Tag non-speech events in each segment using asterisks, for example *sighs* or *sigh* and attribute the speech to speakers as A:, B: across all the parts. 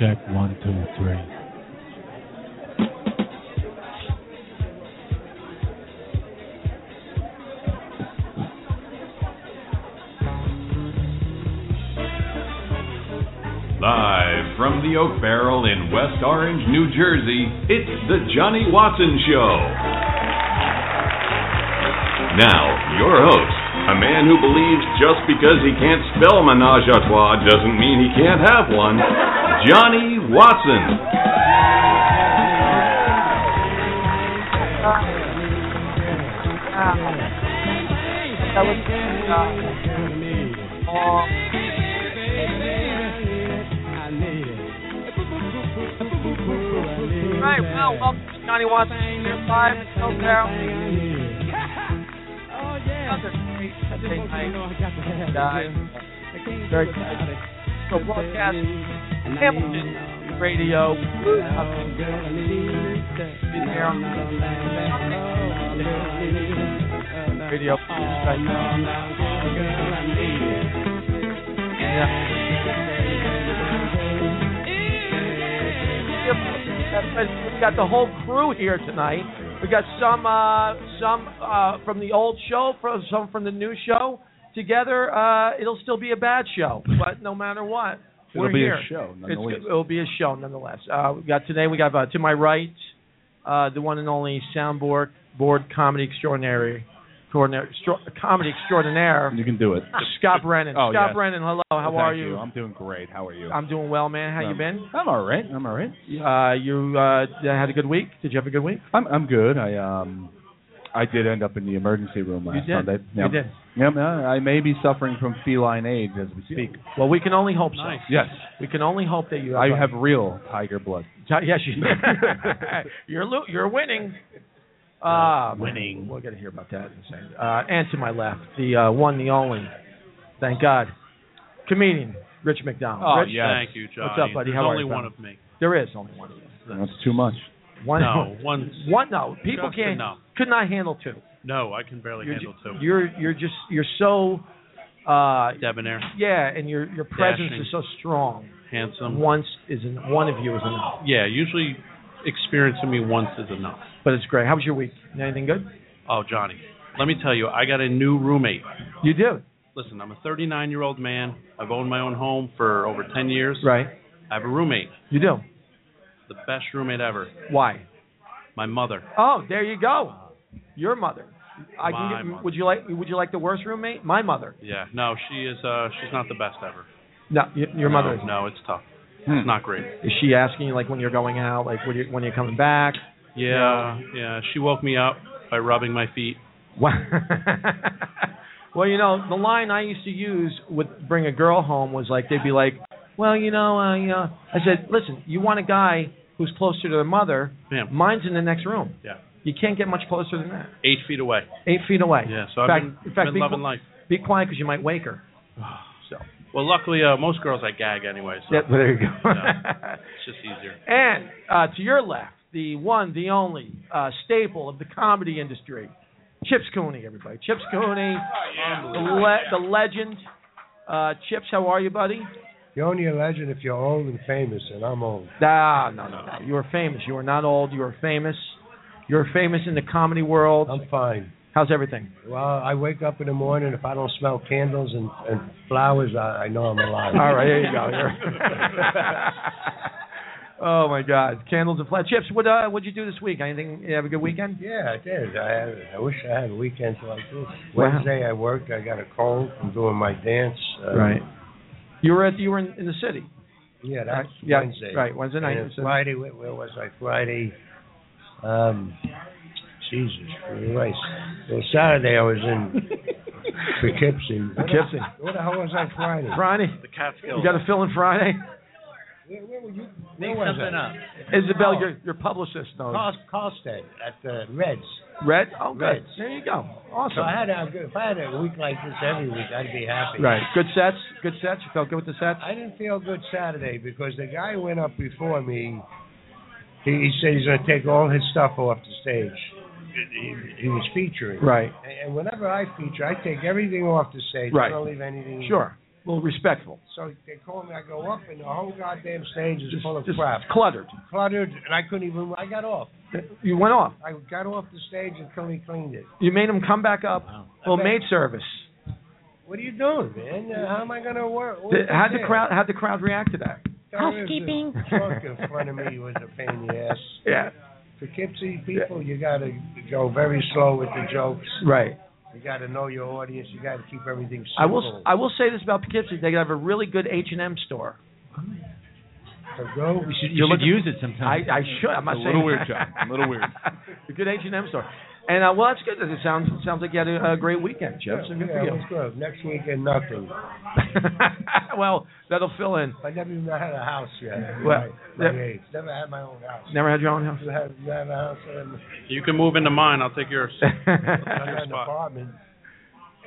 A: Check one, two, three.
B: Live from the Oak Barrel in West Orange, New Jersey, it's the Johnny Watson Show. Now, your host, a man who believes just because he can't spell menage a trois doesn't mean he can't have one, Johnny Watson.
C: Right, well, welcome to Johnny Watson. You're live in Snow Barrel. Another great Sunday night. Guys, very excited. So, broadcast Hamilton Radio. Been here on the radio. We got the whole crew here tonight. We got some uh, some uh, from the old show, from some from the new show. Together, uh, it'll still be a bad show, but no matter what,
D: It'll
C: we're
D: be a
C: here.
D: show,
C: It's-
D: nonetheless.
C: it'll be a show nonetheless. Uh, we got today. We got uh, to my right, uh, the one and only soundboard board comedy extraordinary, extraordinary extra, comedy extraordinaire,
D: You can do it.
C: Scott Brennan.
D: Oh,
C: Scott
D: yes.
C: Brennan, hello. How
D: Thank
C: are you?
D: I'm doing great. How are you?
C: I'm doing well, man. How you
D: Um,
C: been?
D: I'm all right. I'm all right.
C: Uh, you uh, had a good week. Did you have a good week?
D: I'm I'm good. I um I did end up in the emergency room last
C: did.
D: Sunday.
C: You did.
D: Yeah, I may be suffering from feline AIDS as we speak.
C: Well, we can only hope so.
D: Yes.
C: We can only hope that you.
D: I have real tiger blood.
C: Yes, you. *laughs* you're lo- you're winning. Um, winning. We're gonna hear about that in a second. *laughs* Uh, and to my left, the uh, one, the only. Thank God. Comedian Rich McDonald.
D: Oh,
C: Rich,
D: yes.
E: Thank you, Johnny.
C: up, buddy?
E: Uh, There's
C: How are
E: only
C: you,
E: one
C: pal?
E: of me.
C: There is only one. of you.
D: That's too much.
C: One.
E: No, one's
C: One. No. People
E: Just
C: can't.
E: enough.
C: Could not handle two.
E: no. I can barely
C: You're
E: handle
C: ju-
E: two.
C: You're you're just you're so. Uh,
E: Debonair,
C: yeah, and your your presence
E: Dashing.
C: is so strong.
E: handsome.
C: Once is en- one of you is enough.
E: Yeah, usually experiencing me once is enough.
C: But it's great. How was your week? Anything good?
E: Oh, Johnny, let me tell you, I got a new roommate.
C: You do.
E: Listen, I'm a 39 year old man. I've owned my own home for over 10 years.
C: Right.
E: I have a roommate,
C: You do.
E: the best roommate ever,
C: Why?
E: my mother.
C: Oh, there you go. Your mother. I can
E: My
C: get,
E: mother.
C: Would you like? Would you like the worst roommate? My mother.
E: Yeah, no, she is. Uh, she's not the best ever.
C: No, y- your
E: No,
C: mother. is-
E: No, it's tough.
D: Hmm.
E: It's not great.
C: Is she asking you like when you're going out, like when you're when you're coming back? *laughs*
E: Yeah, yeah. She woke me up by rubbing my feet.
C: Wha- well, you know, the line I used to use with bring a girl home was like they'd be like, "Well, you know, uh, you know," I said, "Listen, you want a guy who's closer to their mother.
E: Yeah.
C: Mine's in the next room.
E: Yeah.
C: You can't get much closer than that.
E: Eight feet away.
C: Eight feet away.
E: Yeah, so
C: in
E: I've
C: fact,
E: been,
C: in fact,
E: been
C: be,
E: loving
C: qui-
E: life.
C: be quiet because you might wake her. So
E: Well, luckily, uh, most girls I gag anyway, so
C: Yeah, well, there you go. *laughs*
E: Yeah. it's just easier.
C: and uh, to your left, the one, the only uh, staple of the comedy industry, Chips Cooney. Everybody, Chips Cooney, the, le- the legend. Uh, Chips, how are you, buddy?
F: You're only a legend if you're old and famous, and I'm old.
C: Ah, no, no, no. You are famous. You are not old. You are famous. You're famous in the comedy world.
F: I'm fine.
C: How's everything?
F: Well, I wake up in the morning. If I don't smell candles and, and flowers, I, I know I'm alive.
C: All right, there you go. You're- *laughs* oh my God, candles and flat chips. What uh, what'd you do this week? Anything? You have a good weekend?
F: Yeah, I did. I had, I wish I had weekends like this.
C: Wow.
F: Wednesday I worked. I got a cold from doing my dance. Uh,
C: You were at you were in, in the city.
F: Yeah, that's
C: Right, yeah,
F: Wednesday.
C: right, Wednesday night.
F: And then
C: So-
F: Friday, where, where was I? Friday. Um, Jesus Christ. Well, Saturday I was
C: *laughs*
F: in Poughkeepsie.
C: Poughkeepsie.
F: What the hell was I Friday?
C: Friday.
E: The Catskills.
C: You got to fill in Friday.
F: Where, where were you?
E: Make
F: where was
E: something
F: I?
E: up.
C: Isabel,
F: Oh.
C: your your publicist knows.
F: Carl, Carlstead at the Reds.
C: Red. Oh, good.
F: Reds.
C: There you go.
F: So
C: Awesome.
F: I had a, if I had a week like this every week, I'd be happy.
C: Right. Good sets. Good sets. You felt good with the sets.
F: I didn't feel good Saturday because the guy went up before me. He, he said he's going to take all his stuff off the stage. He, he was featuring.
C: Right.
F: And, and whenever I feature, I take everything off the stage.
C: Right.
F: I don't leave anything.
C: Sure. A little respectful.
F: So they call me. I go up, and the whole goddamn stage is
C: Just,
F: full of
C: just
F: crap,
C: cluttered.
F: cluttered, and I couldn't even. I got off.
C: You went off.
F: I got off the stage until he cleaned it.
C: You made him come back up. Well,
F: Okay.
C: maid service.
F: What are you doing, man? Uh, how am I going to work?
C: Did- how'd the crowd? How'd the crowd react to that?
F: Housekeeping. Truck in front of me was a pain in the ass.
C: Yeah.
F: Poughkeepsie people, you got to go very slow with the jokes.
C: Right.
F: You got to know your audience. You got to keep everything simple.
C: I will. I will say this about Poughkeepsie. They have a really good H and M store.
F: So go.
G: You
C: You're
G: should, you should
C: looking-
G: use it sometime.
C: I, I should. I'm not
D: A
C: saying
D: little weird, John. A little
C: *laughs*
D: weird.
C: a good H and M store. And uh, well, that's good. It sounds it sounds like you had a, a great weekend, Chip. So good
F: yeah,
C: for
F: it was good. Next weekend, nothing.
C: you. *laughs* well, that'll fill in.
F: I never even had a house yet.
C: Well,
F: my, my
C: yeah.
F: age. Never had my own house.
C: Never had your own house.
F: You have, you have a house and
C: *laughs*
E: You can move into mine. I'll take yours.
F: I had
E: Your
F: an
E: spot.
F: apartment.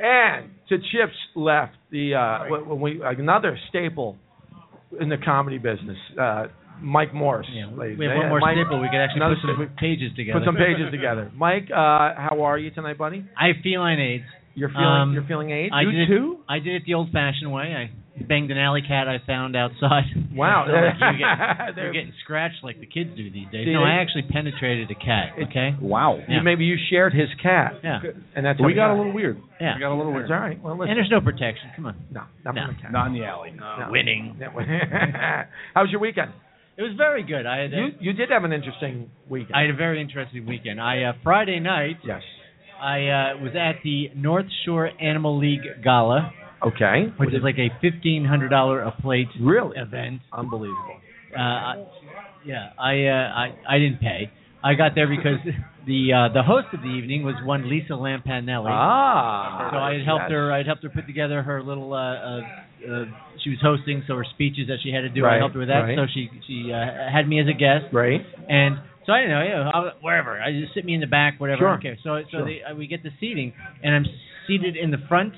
C: And to Chip's left, the uh, when we another staple in the comedy business, uh, Mike Morse.
G: Yeah,
C: ladies
G: we have
C: and
G: one more
C: Mike,
G: staple. We could actually
C: another
G: put some
C: staple.
G: pages together.
C: Put some pages together. Mike, uh, how are you tonight, buddy?
G: I have feline AIDS.
C: You're feeling
G: Um,
C: you're feeling AIDS.
G: I
C: you
G: did
C: too?
G: It, I did it the old-fashioned way. I banged an alley cat I found outside.
C: Wow.
G: *laughs* It's not like you get,
C: *laughs*
G: *laughs*
C: There-
G: you're getting scratched like the kids do these days.
C: See,
G: no,
C: they-
G: I actually penetrated a cat.
C: It-
G: Okay.
D: Wow.
G: Yeah.
C: Maybe you shared his cat.
G: Yeah.
C: And that's how
D: We
C: he
D: got a little weird.
G: Yeah.
D: We got a little
C: That's
D: weird.
C: all right. Well,
G: And
C: listen.
G: there's no protection. Come on.
C: no, not
G: No.
C: from the cat.
D: Not in the alley.
C: No.
G: Winning.
C: *laughs* how was your weekend?
G: It was very good. I had a,
C: You you did have an interesting weekend.
G: I had a very interesting weekend. I uh, Friday night
C: yes.
G: I uh, was at the North Shore Animal League Gala,
C: Okay.
G: which is like a fifteen hundred dollar a plate
C: Really?
G: event.
C: Unbelievable.
G: Uh, I- yeah, I, uh, I I didn't pay. I got there
C: *laughs*
G: because the uh, the host of the evening was one Lisa Lampanelli.
C: Ah.
G: So I had helped
C: yes.
G: her. I'd helped her put together her little. Uh, uh, uh, she was hosting, so her speeches that she had to do.
C: Right,
G: I helped her with that.
C: right.
G: So she she uh, had me as a guest.
C: Right.
G: And so I don't know, you know, I'll- wherever. I just sit me in the back, whatever.
C: Sure.
G: Okay. So so
C: Sure.
G: they, uh, we get the seating, and I'm seated in the front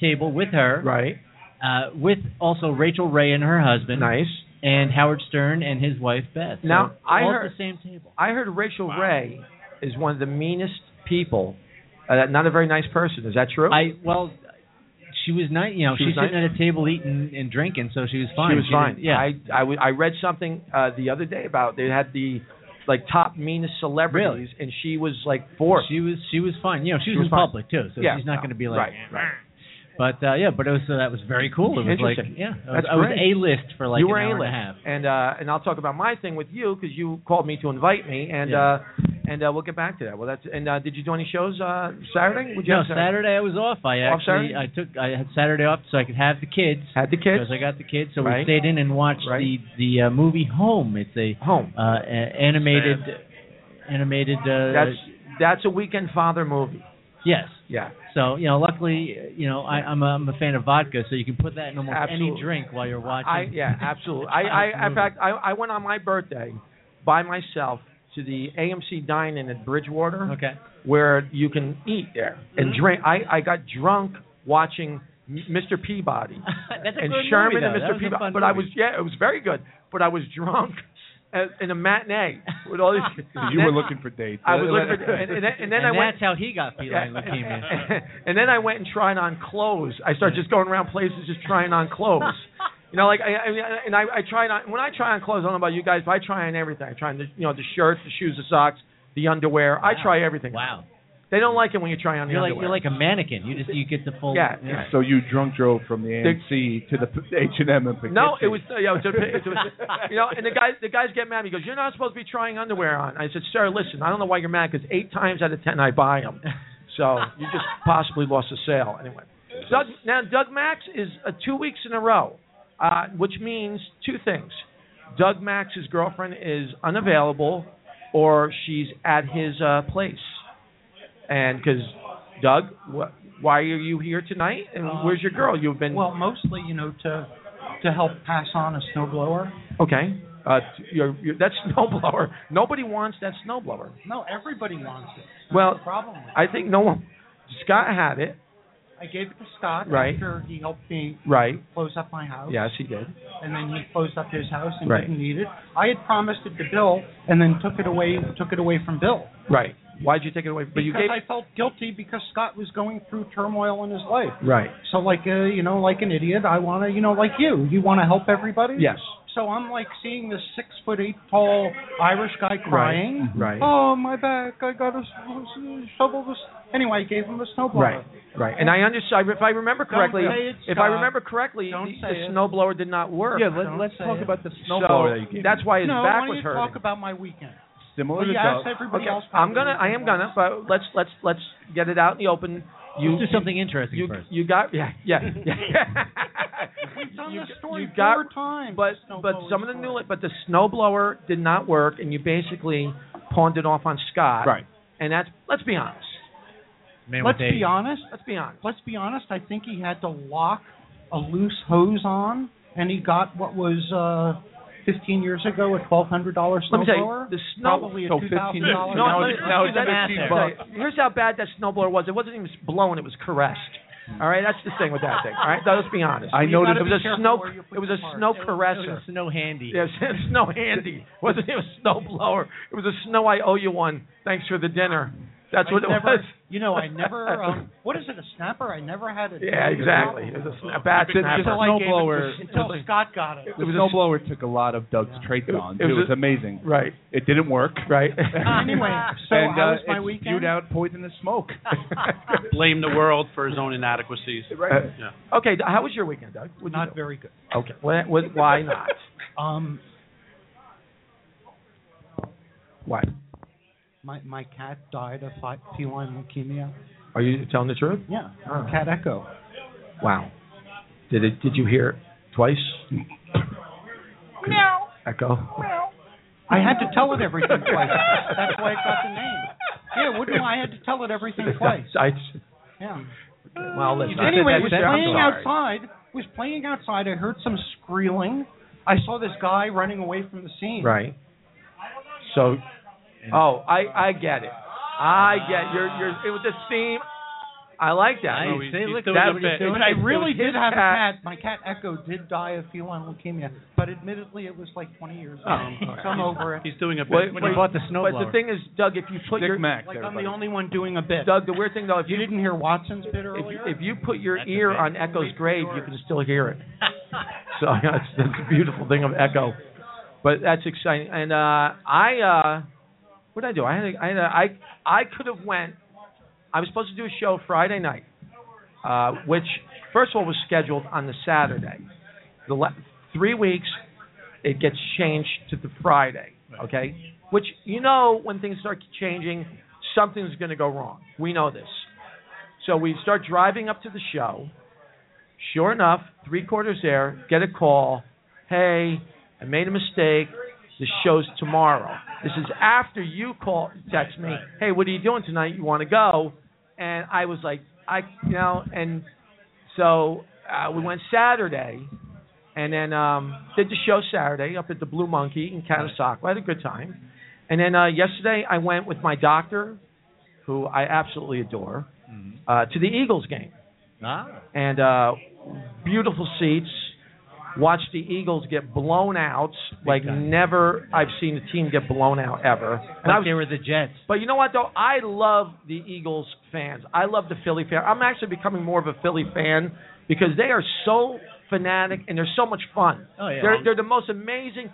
G: table with her,
C: Right.
G: uh, with also Rachel Ray and her husband,
C: Nice.
G: and Howard Stern and his wife Beth. So
C: Now, I
G: all
C: heard-
G: at the same table.
C: I heard Rachel Ray is one of the meanest people. Uh, not a very nice person. Is that true?
G: I well, she was nice. You know,
C: She was
G: she's sitting at a table eating and drinking, so she was fine.
C: She was fine.
G: didn't- Yeah.
C: I I, w- I read something uh, the other day about they had the like top meanest celebrities, and she was like fourth.
G: She was she was fine. You know, she,
C: She
G: was,
C: was
G: in
C: fine.
G: public too, so
C: Yeah.
G: she's not going to be like.
C: Right, right.
G: But uh, yeah, but it was so that was very cool. It was like
C: Interesting.
G: yeah, I
C: That's
G: was, I was
C: great.
G: a list for like
C: you
G: an
C: were
G: hour
C: A-list.
G: and a half.
C: and uh, and I'll talk about my thing with you because you called me to invite me, and
G: Yeah.
C: uh, and uh, we'll get back to that. Well, that's and uh, did you do any shows uh, Saturday? Would you
G: no,
C: have
G: Saturday I was off. I
C: Off Saturday?
G: actually I took I had Saturday off so I could have the kids
C: Had the kids
G: because I got the kids. So
C: Right.
G: we stayed in and watched
C: Right.
G: the the uh, movie Home. It's a
C: home.
G: uh, a- animated animated. Uh,
C: That's that's a weekend father movie.
G: yes.
C: Yeah.
G: So you know, luckily, you know, I, I'm a, I'm a fan of vodka, so you can put that in almost
C: Absolutely.
G: any drink while you're watching.
C: I
G: *laughs*
C: yeah, absolutely. I, I in
G: Absolutely.
C: fact I, I went on my birthday by myself to the AMC dine in at Bridgewater
G: Okay. Mm-hmm.
C: where you can eat there and drink. I, I got drunk watching M- Mr. Peabody
G: *laughs* That's a
C: and
G: good
C: Sherman
G: movie, though.
C: and
G: That
C: Mr.
G: was a
C: Peabody.
G: fun
C: But I was
G: movie.
C: yeah, it was very good. But I was drunk *laughs* at, in a matinee with all
G: *laughs*
C: these.
D: You were looking for dates.
C: I was looking for, and, and then, and then I
G: and
C: went.
G: that's how
C: *laughs*
G: he got feline leukemia.
C: and then I went and tried on clothes. I started just going around places just trying on
G: *laughs*
C: clothes. You know, like I, I mean, and I, I tried on when I try on clothes. I don't know about you guys, but I try on everything. I try on the, you know, the shirts, the shoes, the socks, the underwear. I try everything.
G: Wow.
C: They don't like it when you try *laughs* on the
G: You're like
C: underwear.
G: you're like a mannequin. You just you get the full.
C: Yeah, yeah.
D: So you drunk drove from the AMC to the H and M and Poughkeepsie.
C: no, it was yeah, it was, it was you know, and the guys the guys get mad. He goes, "You're not supposed to be trying underwear on." I said, "Sir, listen, I don't know why you're mad because eight times out of ten I buy them, so you just possibly lost a sale anyway." Doug, now Doug Max is uh, two weeks in a row, uh, which means two things: Doug Max's girlfriend is unavailable, or she's at his uh, place. And because Doug, wh- why are you here tonight? And
H: Uh,
C: where's your girl? You've been
H: Well, mostly, you know, to to help pass on a snowblower.
C: okay. Uh, t- you're, you're, that *laughs* snowblower. Nobody wants that snowblower.
H: No, everybody wants it. That's
C: Well,
H: the problem. with
C: I think no one. Scott had it,
H: it. I gave it to Scott
C: Right.
H: after he helped me
C: right?
H: close up my house.
C: Yes, he did.
H: And then he closed up his house and
C: Right.
H: didn't need it. I had promised it to Bill and then took it away took it away from Bill.
C: Right. Why'd you take it away? But
H: because
C: you gave.
H: I felt guilty because Scott was going through turmoil in his life.
C: right.
H: So like uh, you know, like an idiot, I want to you know, like you, you want to help everybody.
C: Yes.
H: So I'm like seeing this six foot eight tall Irish guy crying.
C: Right.
H: Oh my back! I got to shovel this. Anyway, I gave him a snowblower.
C: Right. Right. And I understand. If I remember
H: Don't
C: correctly,
H: say it,
C: if I
H: Scott.
C: remember correctly,
H: Don't
C: the,
H: say
C: the
H: it.
C: snowblower did not work.
H: Yeah, let- Don't let's say talk it. about the
C: so
H: snowblower that you gave
C: That's
H: me.
C: why his
H: no,
C: back
H: why
C: was
H: don't you
C: hurting.
H: talk about my weekend?
D: Similar
H: Well,
D: to
H: you
D: Doug.
H: asked everybody
C: okay,
H: else.
C: I'm gonna, I am gonna, but let's let's let's get it out in the open. You
G: Let's do something interesting
C: you,
G: first.
C: You got yeah yeah. yeah.
H: *laughs* We've done
C: You
H: this
C: g-
H: story
C: you got-
H: four times.
C: but but some of the new but the snowblower did not work, and you basically pawned it off on Scott.
D: Right.
C: And that's let's be honest.
G: Man
H: Let's be honest.
C: Let's be honest.
H: Let's be honest. I think he had to lock a loose hose on, and he got what was uh, 15 years ago a $1,200
C: Let me tell
H: snowblower.
C: you, the snow.
H: Probably a
C: no,
H: $2,000.
C: No,
H: Now
C: let-
H: it's-
C: let's
H: now
C: do
H: it's
C: that.
H: 15
C: Let me tell you, Here's how bad that snowblower was. It wasn't even blowing; it was caressed. All right, that's the thing with that thing. All right, let's be honest.
D: I
C: know
D: noticed-
C: Hmm. it was a
D: careful
C: snow.
D: where you
C: It was a snow caresser.
G: snow handy.
C: Yes, snow handy. Wasn't *laughs* it a snow blower? It was a snow. I owe you one. Thanks for the dinner. That's
H: I
C: what it
H: never-
C: was.
H: You know,
C: *laughs*
H: I never. Um, what is it? A snapper? I never had it.
C: Yeah, exactly. It was a, sna- a bad
D: Did- did
C: snapper.
D: the snowblower-
H: Until Scott got it.
D: The snowblower took a lot of Doug's traits on.
C: it
D: It,
C: was
D: was
C: a-
D: amazing.
C: Right.
D: It didn't work. *laughs*
C: Right.
H: anyway, so
D: and,
H: how
D: uh,
H: was my
D: it
H: weekend?
D: Spewed out
C: *laughs*
D: poisonous
H: *laughs*
D: smoke.
E: Blame the world for his own inadequacies.
C: Right.
E: Yeah.
C: Okay, how was your weekend, Doug? What'd you
H: Not
C: do?
H: very good.
C: Okay. Why, why not?
H: Um,
C: Why?
H: my my cat died of fi- feline leukemia.
C: Are you telling the truth?
H: Yeah,
C: Oh.
H: cat echo.
C: Wow. Did it? Did you hear it twice?
H: No.
C: Echo.
H: I had to tell it everything twice. That's why it got the name. Yeah, wouldn't I had to tell it everything twice?
C: *laughs* I,
H: Yeah.
C: well, listen.
H: Anyway, it was
C: I'm
H: playing
C: sorry.
H: outside. Was playing outside. I heard some squealing. I saw this guy running away from the scene.
C: Right. So, oh, I I get it. I get you're you're it was the same. I like that.
G: Nice. See, look,
C: that,
G: what he's doing.
H: But I really
C: it was
H: did
C: his
H: have
C: cat.
H: a cat. My cat Echo did die of feline leukemia, but admittedly, it was like 20 years ago.
E: Oh, all right.
H: so I'm Um, over it.
E: He's doing a bit.
C: Wait,
G: he
C: wait,
G: bought the
C: But the
G: snowblower.
C: thing is, Doug, if you put your
D: Dick Mac.
H: Like
D: everybody.
H: I'm the only one doing a bit.
C: Doug, the weird thing though, if
H: you
C: you
H: didn't hear Watson's bit
C: if,
H: earlier.
C: if you put your
G: That's
C: ear
G: okay.
C: on Echo's grave, you can still hear
H: *laughs*
C: it. So *laughs* that's, that's the beautiful thing of Echo. But that's exciting. And uh, I, uh, what did I do? I had, a, I, had a, I, I could have went. I was supposed to do a show Friday night, uh, which first of all was scheduled on the Saturday. The la- three weeks, it gets changed to the Friday. Okay, which you know when things start changing, something's going to go wrong. We know this. So we start driving up to the show. Sure enough, three quarters there, get a call. Hey, I made a mistake. The show's tomorrow. This is after you call, text me. Hey, what are you doing tonight? You want to go? And I was like, I, you know, and so uh, we went Saturday, and then um, did the show Saturday up at the Blue Monkey in Catasauqua. I had a good time, and then uh, yesterday I went with my doctor, who I absolutely adore, uh, to the Eagles game
G: Ah.
C: and uh, beautiful seats. Watched the Eagles get blown out like
G: time.
C: never I've seen a team get blown out ever. And I
G: Like
C: was,
G: they were the Jets.
C: but you know what though? I love the Eagles fans. I love the Philly fan. I'm actually becoming more of a Philly fan because they are so fanatic and they're so much fun.
G: Oh, yeah.
C: They're they're the most amazing.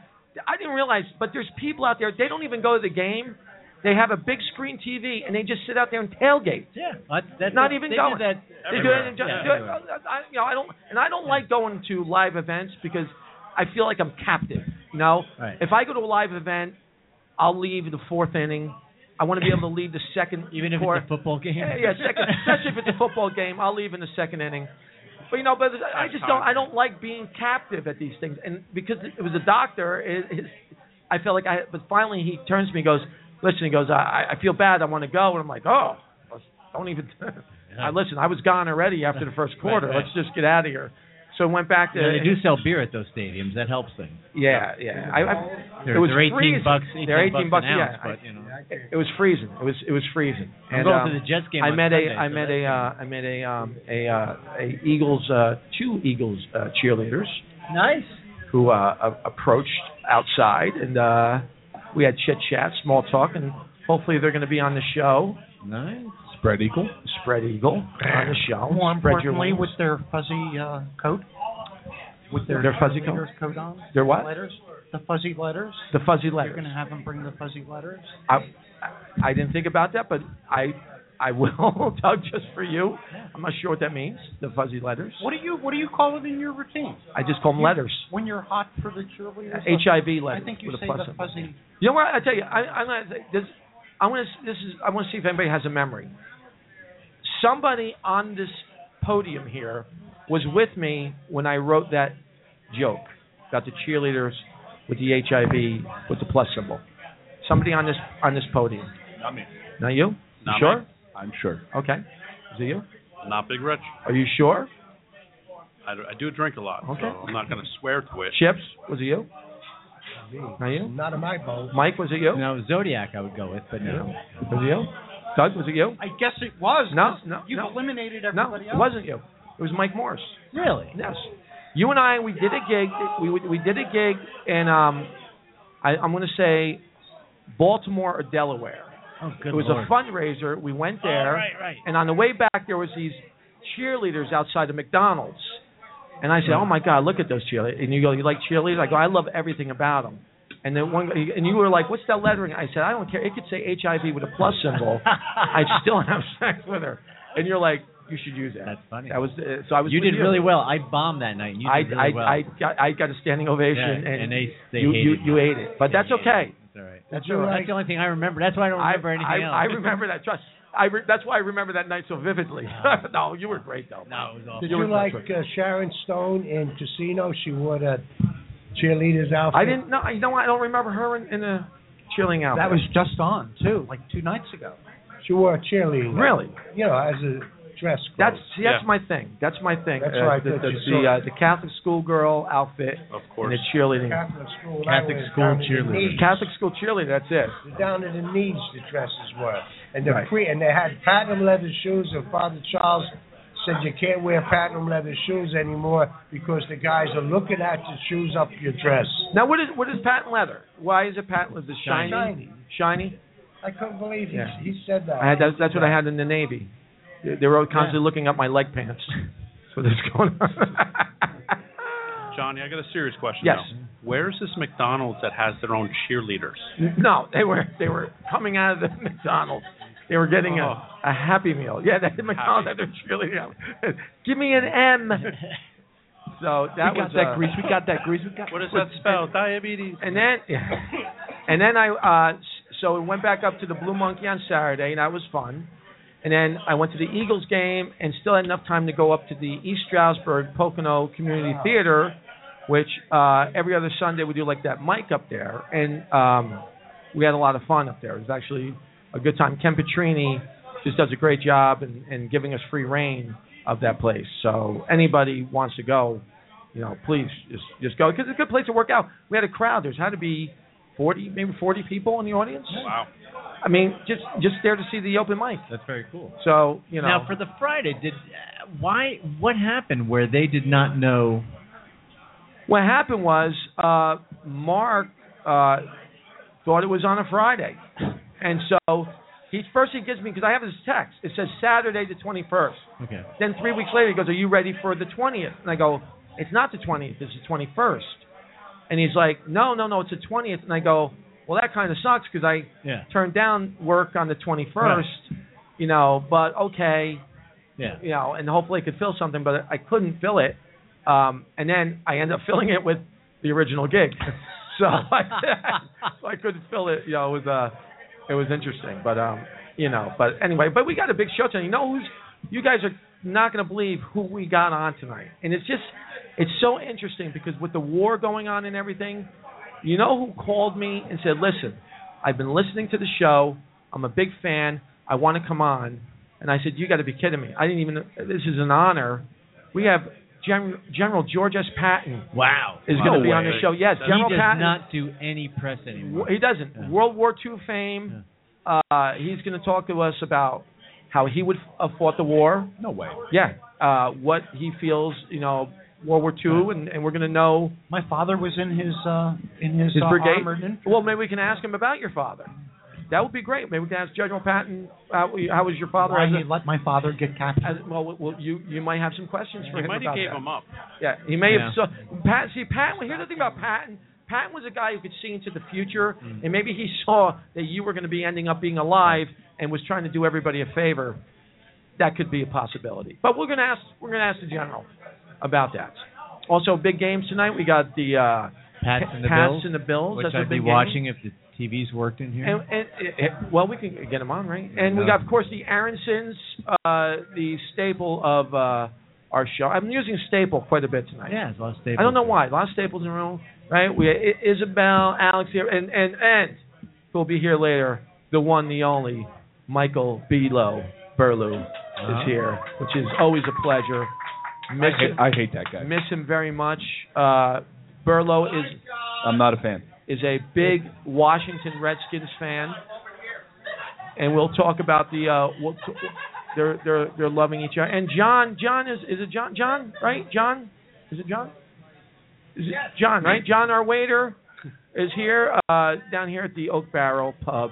C: I didn't realize, but there's people out there. They don't even go to the game. They have a big screen TV and they just sit out there and tailgate.
G: Yeah. That, that's
C: Not
G: a-
C: even
G: they
C: going.
G: Did that
C: They do it in ju-
G: Yeah,
C: do it-
G: everywhere.
C: uh, I, you know, I don't, and I don't like going to live events because I feel like I'm captive. You know,
G: Right.
C: if I go to a live event, I'll leave the fourth inning. I want to be able to leave the second,
G: *laughs* Even if
C: quar-
G: it's a football game.
C: yeah, yeah,
G: *laughs*
C: second, especially if it's a football game, I'll leave in the second inning. But you know, but I just don't. I don't like being captive at these things, and because it was a doctor, it, it, I felt like I. But finally, he turns to me, and goes, "Listen," he goes, "I, I feel bad. I want to go," and I'm like, "Oh, Don't even. *laughs* I listen. I was gone already after the first quarter.
G: *laughs* right.
C: Let's just get out of here. So I went back to.
G: You know, they do sell beer at those stadiums. That helps things.
C: *laughs* Yeah, yeah. I, I,
G: They're-
C: it was
G: they're 18
C: freezing.
G: bucks-
C: They're
G: 18
C: 18
G: bucks
C: bucks.
G: an
C: yeah,
G: ounce, but, you know.
C: I- it was freezing. It was it was freezing.
G: I'm
C: and,
G: going
C: um,
G: to the Jets game
C: I
G: on
C: met
G: Sunday,
C: a I
G: so
C: met
G: that's
C: a uh, I met a um, a uh, a Eagles uh, two Eagles uh, cheerleaders
G: Nice.
C: who uh, a- approached outside and uh, we had chit chat, small talk, and hopefully they're going to be on the show.
G: Nice.
C: Spread eagle. Spread eagle on the show.
H: More
C: Spread your
H: importantly,
C: wings.
H: with their fuzzy uh, coat. With their,
C: Their fuzzy coat?
H: leaders coat on.
C: Their what?
H: Letters. The fuzzy letters.
C: The fuzzy
H: You're
C: letters.
H: going to have them bring the fuzzy letters.
C: I I didn't think about that, but I I will, *laughs* Doug, just for you. I'm not sure what that means. The fuzzy letters.
H: What do you What do you call it in your routine?
C: I just call them
H: You-
C: letters.
H: When you're hot for the cheerleaders.
C: Uh, HIV letters
H: I think you
C: with a
H: say
C: plus
H: the
C: symbol.
H: fuzzy.
C: You know what? I tell you, I, I'm gonna say this. I want to. This is. I want to see if anybody has a memory. Somebody on this podium here was with me when I wrote that joke about the cheerleaders with the HIV with the plus symbol. Somebody on this on this podium.
E: Not me.
C: Not you? You
E: Not
C: sure?
E: me.
C: I'm sure. Okay. Is it you?
E: Not Big Rich.
C: Are you sure?
E: I, I do drink a lot,
C: Okay.
E: so I'm not going to swear to it.
C: Chips, was it you? Not you?
F: Not in my boat.
C: Mike, was it you?
G: No, Zodiac I would go with, but no.
C: Was it you? Doug, was it you?
H: I guess it was.
C: No,
H: 'cause
C: no,
H: You've
C: no.
H: eliminated
C: No,
H: everybody
C: it
H: else.
C: wasn't you. It was Mike Morris.
G: Really?
C: Yes. You and I, we did a gig. We we did a gig in um, I, I'm going to say, Baltimore or Delaware.
G: Oh, good
C: it was
G: Lord.
C: a
G: Oh,
C: fundraiser. We went there,
G: right, right.
C: and on the way back, there was these cheerleaders outside of McDonald's, and I said, "Oh my God, look at those cheerleaders!" And you go, "You like cheerleaders?" I go, "I love everything about them." And then one, and you were like, "What's that lettering?" I said, "I don't care. It could say HIV with a plus symbol. I'd
G: *laughs*
C: still have sex with her." And you're like, "You should use that." That's
G: funny.
C: That was uh, so. I was.
G: you
C: with
G: did really well. I bombed that night. and You
C: I,
G: did
C: I,
G: really well.
C: I got I got a standing ovation,
G: Yeah,
C: and,
G: and they- they
C: you you,
G: hated
C: you
G: me.
C: ate it, but
G: They
C: that's
G: hated
C: okay.
G: That's all right.
F: That's
C: all right.
G: That's the only thing I remember. That's why I don't remember
C: I,
G: anything else.
C: I remember that. Trust. I re- that's why I remember that night so vividly. *laughs* no, you were great though.
G: No, it was
C: Mm-hmm.
G: awful.
F: Did you like uh, Sharon Stone in Casino? She wore that cheerleader's outfit.
C: I didn't know. You know what? I don't remember her in, in a chilling out.
H: That was just on too, like two nights ago.
F: She wore a cheerleader.
C: Really?
F: You know, as a dress.
C: That's
F: clothes.
C: see, that's my thing. That's my thing.
F: That's
C: uh,
F: what I
C: the,
F: thought
C: the,
F: you
C: the,
F: saw.
C: uh, the Catholic schoolgirl outfit
E: Of
C: and
E: course.
C: the cheerleading.
F: Catholic school. when I
G: Catholic
F: went,
G: school
F: down to the
G: cheerleader.
F: knees.
C: Catholic school cheerleader. That's it.
F: down to the knees the dresses were, and the
C: Right.
F: pre and they had platinum leather shoes. And Father Charles said you can't wear platinum leather shoes anymore because the guys are looking at the shoes up your dress.
C: Now, what is what is patent leather? Why is it patent leather? Shiny.
F: Shiny.
C: Shiny?
F: I couldn't believe he,
C: Yeah.
F: he said that.
C: I had that, that's what I had in the Navy. They, they were constantly looking up my leg pants. *laughs* That's what is going on.
E: Johnny, I got a serious question.
C: Yes.
E: now. Where's this McDonald's that has their own cheerleaders?
C: No, they were they were coming out of the *laughs* McDonald's. They were getting a,
E: Oh.
C: a Happy Meal. Yeah, that *laughs* McDonald's had their cheerleading. out. Give me an M. So that
E: We
C: was
E: got that
C: uh,
E: grease,
C: We got that grease. We got.
E: What does that spell? Diabetes.
C: And then, *laughs* and then I uh, s- so we went back up to the Blue Monkey on Saturday, and that was fun. And then I went to the Eagles game, and still had enough time to go up to the East Stroudsburg Pocono Community Theater, which uh, every other Sunday we do like that mic up there, and um, we had a lot of fun up there. It was actually a good time. Ken Petrini just does a great job and, and giving us free reign of that place. So anybody wants to go, you know, please just just go because it's a good place to work out. We had a crowd. There's had to be forty, maybe forty people in the audience.
E: Wow.
C: I mean, just just there to see the open mic.
G: That's very cool.
C: So you know,
G: Now for the Friday, did uh, why what happened where they did not know?
C: what happened was uh, Mark uh, thought it was on a Friday, and so he first he gives me because I have his text. It says Saturday the twenty first.
G: Okay.
C: Then three weeks later, he goes, "Are you ready for the 20th?" And I go, "It's not the 20th. It's the 21st." And he's like, "No, no, no. It's the 20th." And I go, "Well, that kind of sucks because I
G: Yeah.
C: turned down work on the 21st,
G: Right.
C: you know. But okay,
G: Yeah.
C: you know, and hopefully I could fill something, but I couldn't fill it. Um, and then I ended up *laughs* filling it with the original gig, *laughs* so I, *laughs* so I couldn't fill it. You know, it was uh, it was interesting, but um, you know, but anyway, but we got a big show tonight. You know who's? You guys are not going to believe who we got on tonight, and it's just it's so interesting because with the war going on and everything, you know who called me and said, "Listen, I've been listening to the show. I'm a big fan. I want to come on." And I said, "You got to be kidding me! I didn't even. This is an honor. We have Gen- General George S. Patton.
G: Wow,
C: is going to be on the show. Yes, General
G: he does
C: Patton.
G: not do any press anymore.
C: He doesn't. World War II fame. Uh, he's going to talk to us about how he would have fought the war.
D: No way.
C: Yeah. Uh, what he feels, you know, World War II, and, and we're going to know.
H: My father was in his uh, in his, uh,
C: brigade.
H: armored infantry.
C: Well, maybe we can ask him about your father. That would be great. Maybe we can ask General Patton how, how was your father?
H: Why
C: as a-
H: he let my father get captured?
C: as, well, well, you you might have some questions for
E: He
C: him
E: might have
C: about
E: gave
C: that.
E: him up.
C: Yeah, he may
E: Yeah.
C: have. So, Pat, see, Patton. Here's the thing about Patton. Patton was a guy who could see into the future,
G: Mm-hmm.
C: and maybe he saw that you were going to be ending up being alive, and was trying to do everybody a favor. That could be a possibility. But we're going to ask. We're going to ask the general about that. Also, big games tonight. We got the uh,
G: Pats and the
C: Pats
G: Bills,
C: and the Bills.
G: which
C: That's a
G: I'd be
C: big game.
G: watching if the TV's worked in here.
C: And, and eh, eh, well, we can get him on, right? And we
G: Yeah.
C: got, of course, the Aronsons, uh, the staple of uh, our show. I'm using staple quite a bit tonight.
G: yeah, it's a lot of
C: I
G: staples.
C: don't know why. A lot of staples in a row, right? We I- Isabel, Alex here, and and and who'll be here later. The one, the only, Michael Below Burlew
D: Ah.
C: is here, which is always a pleasure.
D: I
C: Miss
D: hate,
C: him,
D: I hate that guy.
C: miss him very much. Uh, Burlow is
D: I'm not a fan.
C: is a big Washington Redskins fan, and we'll talk about the uh, we'll t- they're they're they're loving each other. And John John is is it John John right John is it John is it John right John our waiter is here uh, down here at the Oak Barrel Pub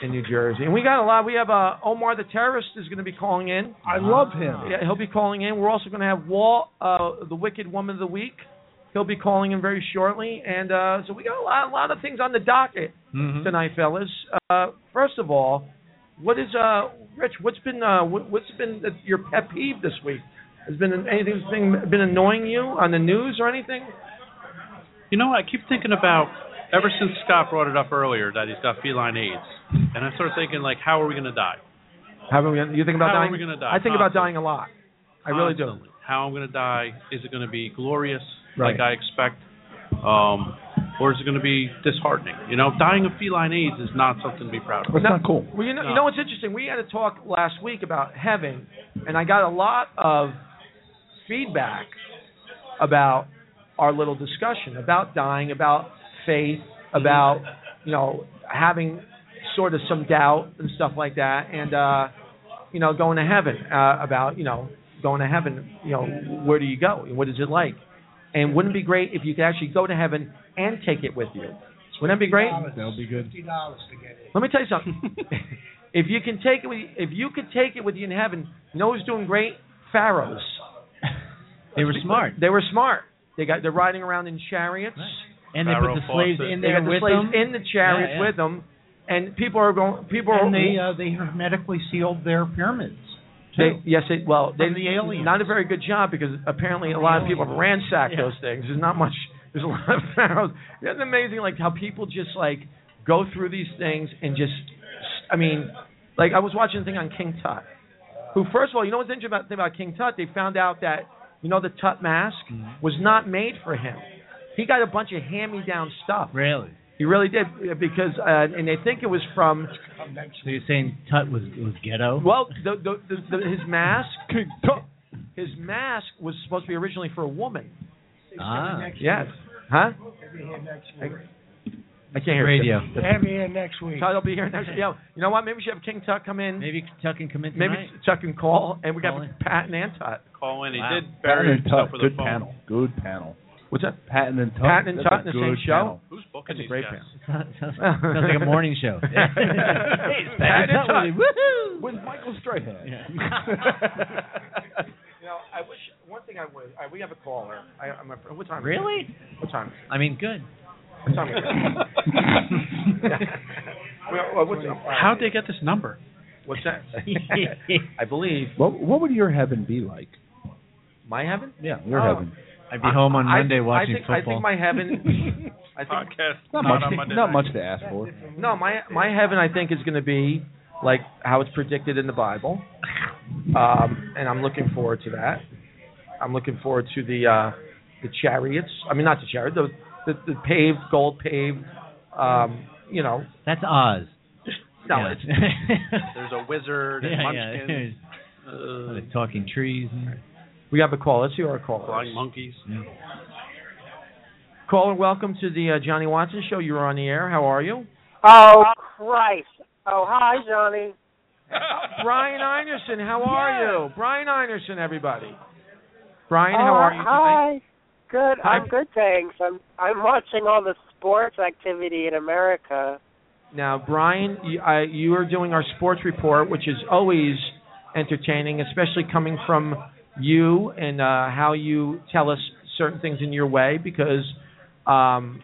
C: in New Jersey, and we got a lot. We have uh, Omar the terrorist is going to be calling in.
F: I love him.
C: Yeah, he'll be calling in. We're also going to have Walt, uh, the Wicked Woman of the Week. He'll be calling in very shortly, and uh, so we got a lot, a lot of things on the docket
G: Mm-hmm.
C: tonight, fellas. Uh, first of all, what is uh, Rich? What's been uh, what, what's been the, your pet peeve this week? Has been anything that's been, been annoying you on the news or anything?
E: You know, I keep thinking about ever since Scott brought it up earlier that he's got feline AIDS, and I started thinking like, how are we going to die?
C: How are we gonna, you think about
E: How are
C: dying?
E: we gonna die?
C: I think about dying a lot. I really do.
E: Constantly. How I'm going to die? Is it going to be glorious
C: Right.
E: like I expect, um, or is it going to be disheartening? You know, dying of feline AIDS is not something to be proud of.
C: Now- Well, you know, you know what's interesting? We had a talk last week about heaven, and I got a lot of feedback about our little discussion about dying, about faith, about you know having sort of some doubt and stuff like that, and uh, you know going to heaven, uh, about you know going to heaven, you know where do you go and what is it like, and wouldn't it be great if you could actually go to heaven and take it with you? Wouldn't that be great?
F: That'll be good. Fifty dollars to get in.
C: Let me tell you something. *laughs* if you can take it, with, if you could take it with you in heaven, you know who's doing great? Pharaohs.
G: They were smart,
C: They were smart. They got they're riding around in chariots.
G: and they put
E: Pharaoh
G: the slaves
E: Fawcett.
G: in
C: They
G: there
C: got the
G: with
C: slaves
G: them.
C: in the chariots
G: Yeah, yeah.
C: with them, and people are going. People
H: and
C: are
H: they uh, they hermetically sealed their pyramids.
C: They,
H: Too.
C: yes, they, well, they,
H: From the aliens.
C: not a very good job because apparently a
H: From the
C: lot of people have
H: aliens.
C: ransacked
H: Yeah.
C: those things. There's not much. There's a lot of *laughs* pharaohs. It's amazing, like how people just like go through these things and just. I mean, like I was watching a thing on King Tut, who first of all, you know what's interesting about, thing about King Tut? They found out that you know the Tut mask
G: Mm-hmm.
C: was not made for him. He got a bunch of hand-me-down stuff.
G: Really?
C: He really did uh, because, uh, and they think it was from
G: So you're saying Tut was was ghetto?
C: well, the, the, the, the, his mask, his mask was supposed to be originally for a woman.
G: ah,
C: Yes. Huh?
F: He'll be here next
C: I-
F: week.
C: I can't hear
G: radio.
C: you.
F: Have you here next week.
C: Todd will be here next. Yeah. You know what? Maybe we should have King Tuck come in. Maybe,
G: Maybe Tut can come in tonight.
C: Tuck can call, and we got
G: Call in.
C: Pat and Antut.
E: Call in. He
G: Wow.
E: did bury
D: Patton and Tut,
E: himself with
D: good
E: a phone.
D: panel. Good panel.
C: What's that?
D: Patton and Tut.
C: Patton and
D: that's
C: Tut in
D: a
C: the same
D: good
C: show? *laughs*
D: panel.
E: Who's booking
C: That's a
E: these
C: great
E: guys?
G: *laughs* Sounds sounds like a
C: *laughs*
G: morning
D: *laughs*
G: show. hey, it's Pat
C: Pat and
G: and Tut.
C: Tut.
G: Woohoo!
D: With Michael Strahan.
C: *laughs* You know, I wish one thing I would. I, we have a caller. I, I'm a, what time?
G: Really?
C: What time?
G: I mean, good.
C: What
G: *laughs*
C: time? *laughs* well, what's,
E: How'd they get this number?
C: what's
G: *laughs*
C: that? I believe
D: what, what would your heaven be like?
C: my heaven.
D: Yeah, your
C: Oh.
D: heaven.
G: I'd be home on
C: I-
G: Monday
C: I
G: watching
C: think- I
G: football.
C: think my heaven. I think
E: Podcast.
D: Not,
E: not
D: much.
E: on Monday
D: not
E: night.
D: much to ask for.
C: no, my my heaven. I think is going to be like how it's predicted in the Bible, um, and I'm looking forward to that. I'm looking forward to the uh, the chariots. I mean, not the chariot, the the, the paved, gold paved. Um, you know,
G: That's Oz.
C: No,
G: Yeah.
C: it's-
E: There's a
C: *laughs*
E: wizard and uh,
G: Yeah,
E: munchkins.
G: yeah. *laughs* Talking trees. And
C: We have a call. Let's hear our call.
E: Flying monkeys.
C: Caller, welcome to the uh, Johnny Watson Show. You're on the air. How are you?
I: Oh, Christ. Oh, hi, Johnny.
C: Brian Einerson, how are you? Brian Einerson, everybody. Brian,
I: Oh,
C: how are you?
I: Hi. Good.
C: Hi.
I: I'm good, thanks. I'm I'm watching all the sports activity in America.
C: Now, Brian, you, I, you are doing our sports report, which is always entertaining, especially coming from you and uh, how you tell us certain things in your way. Because um,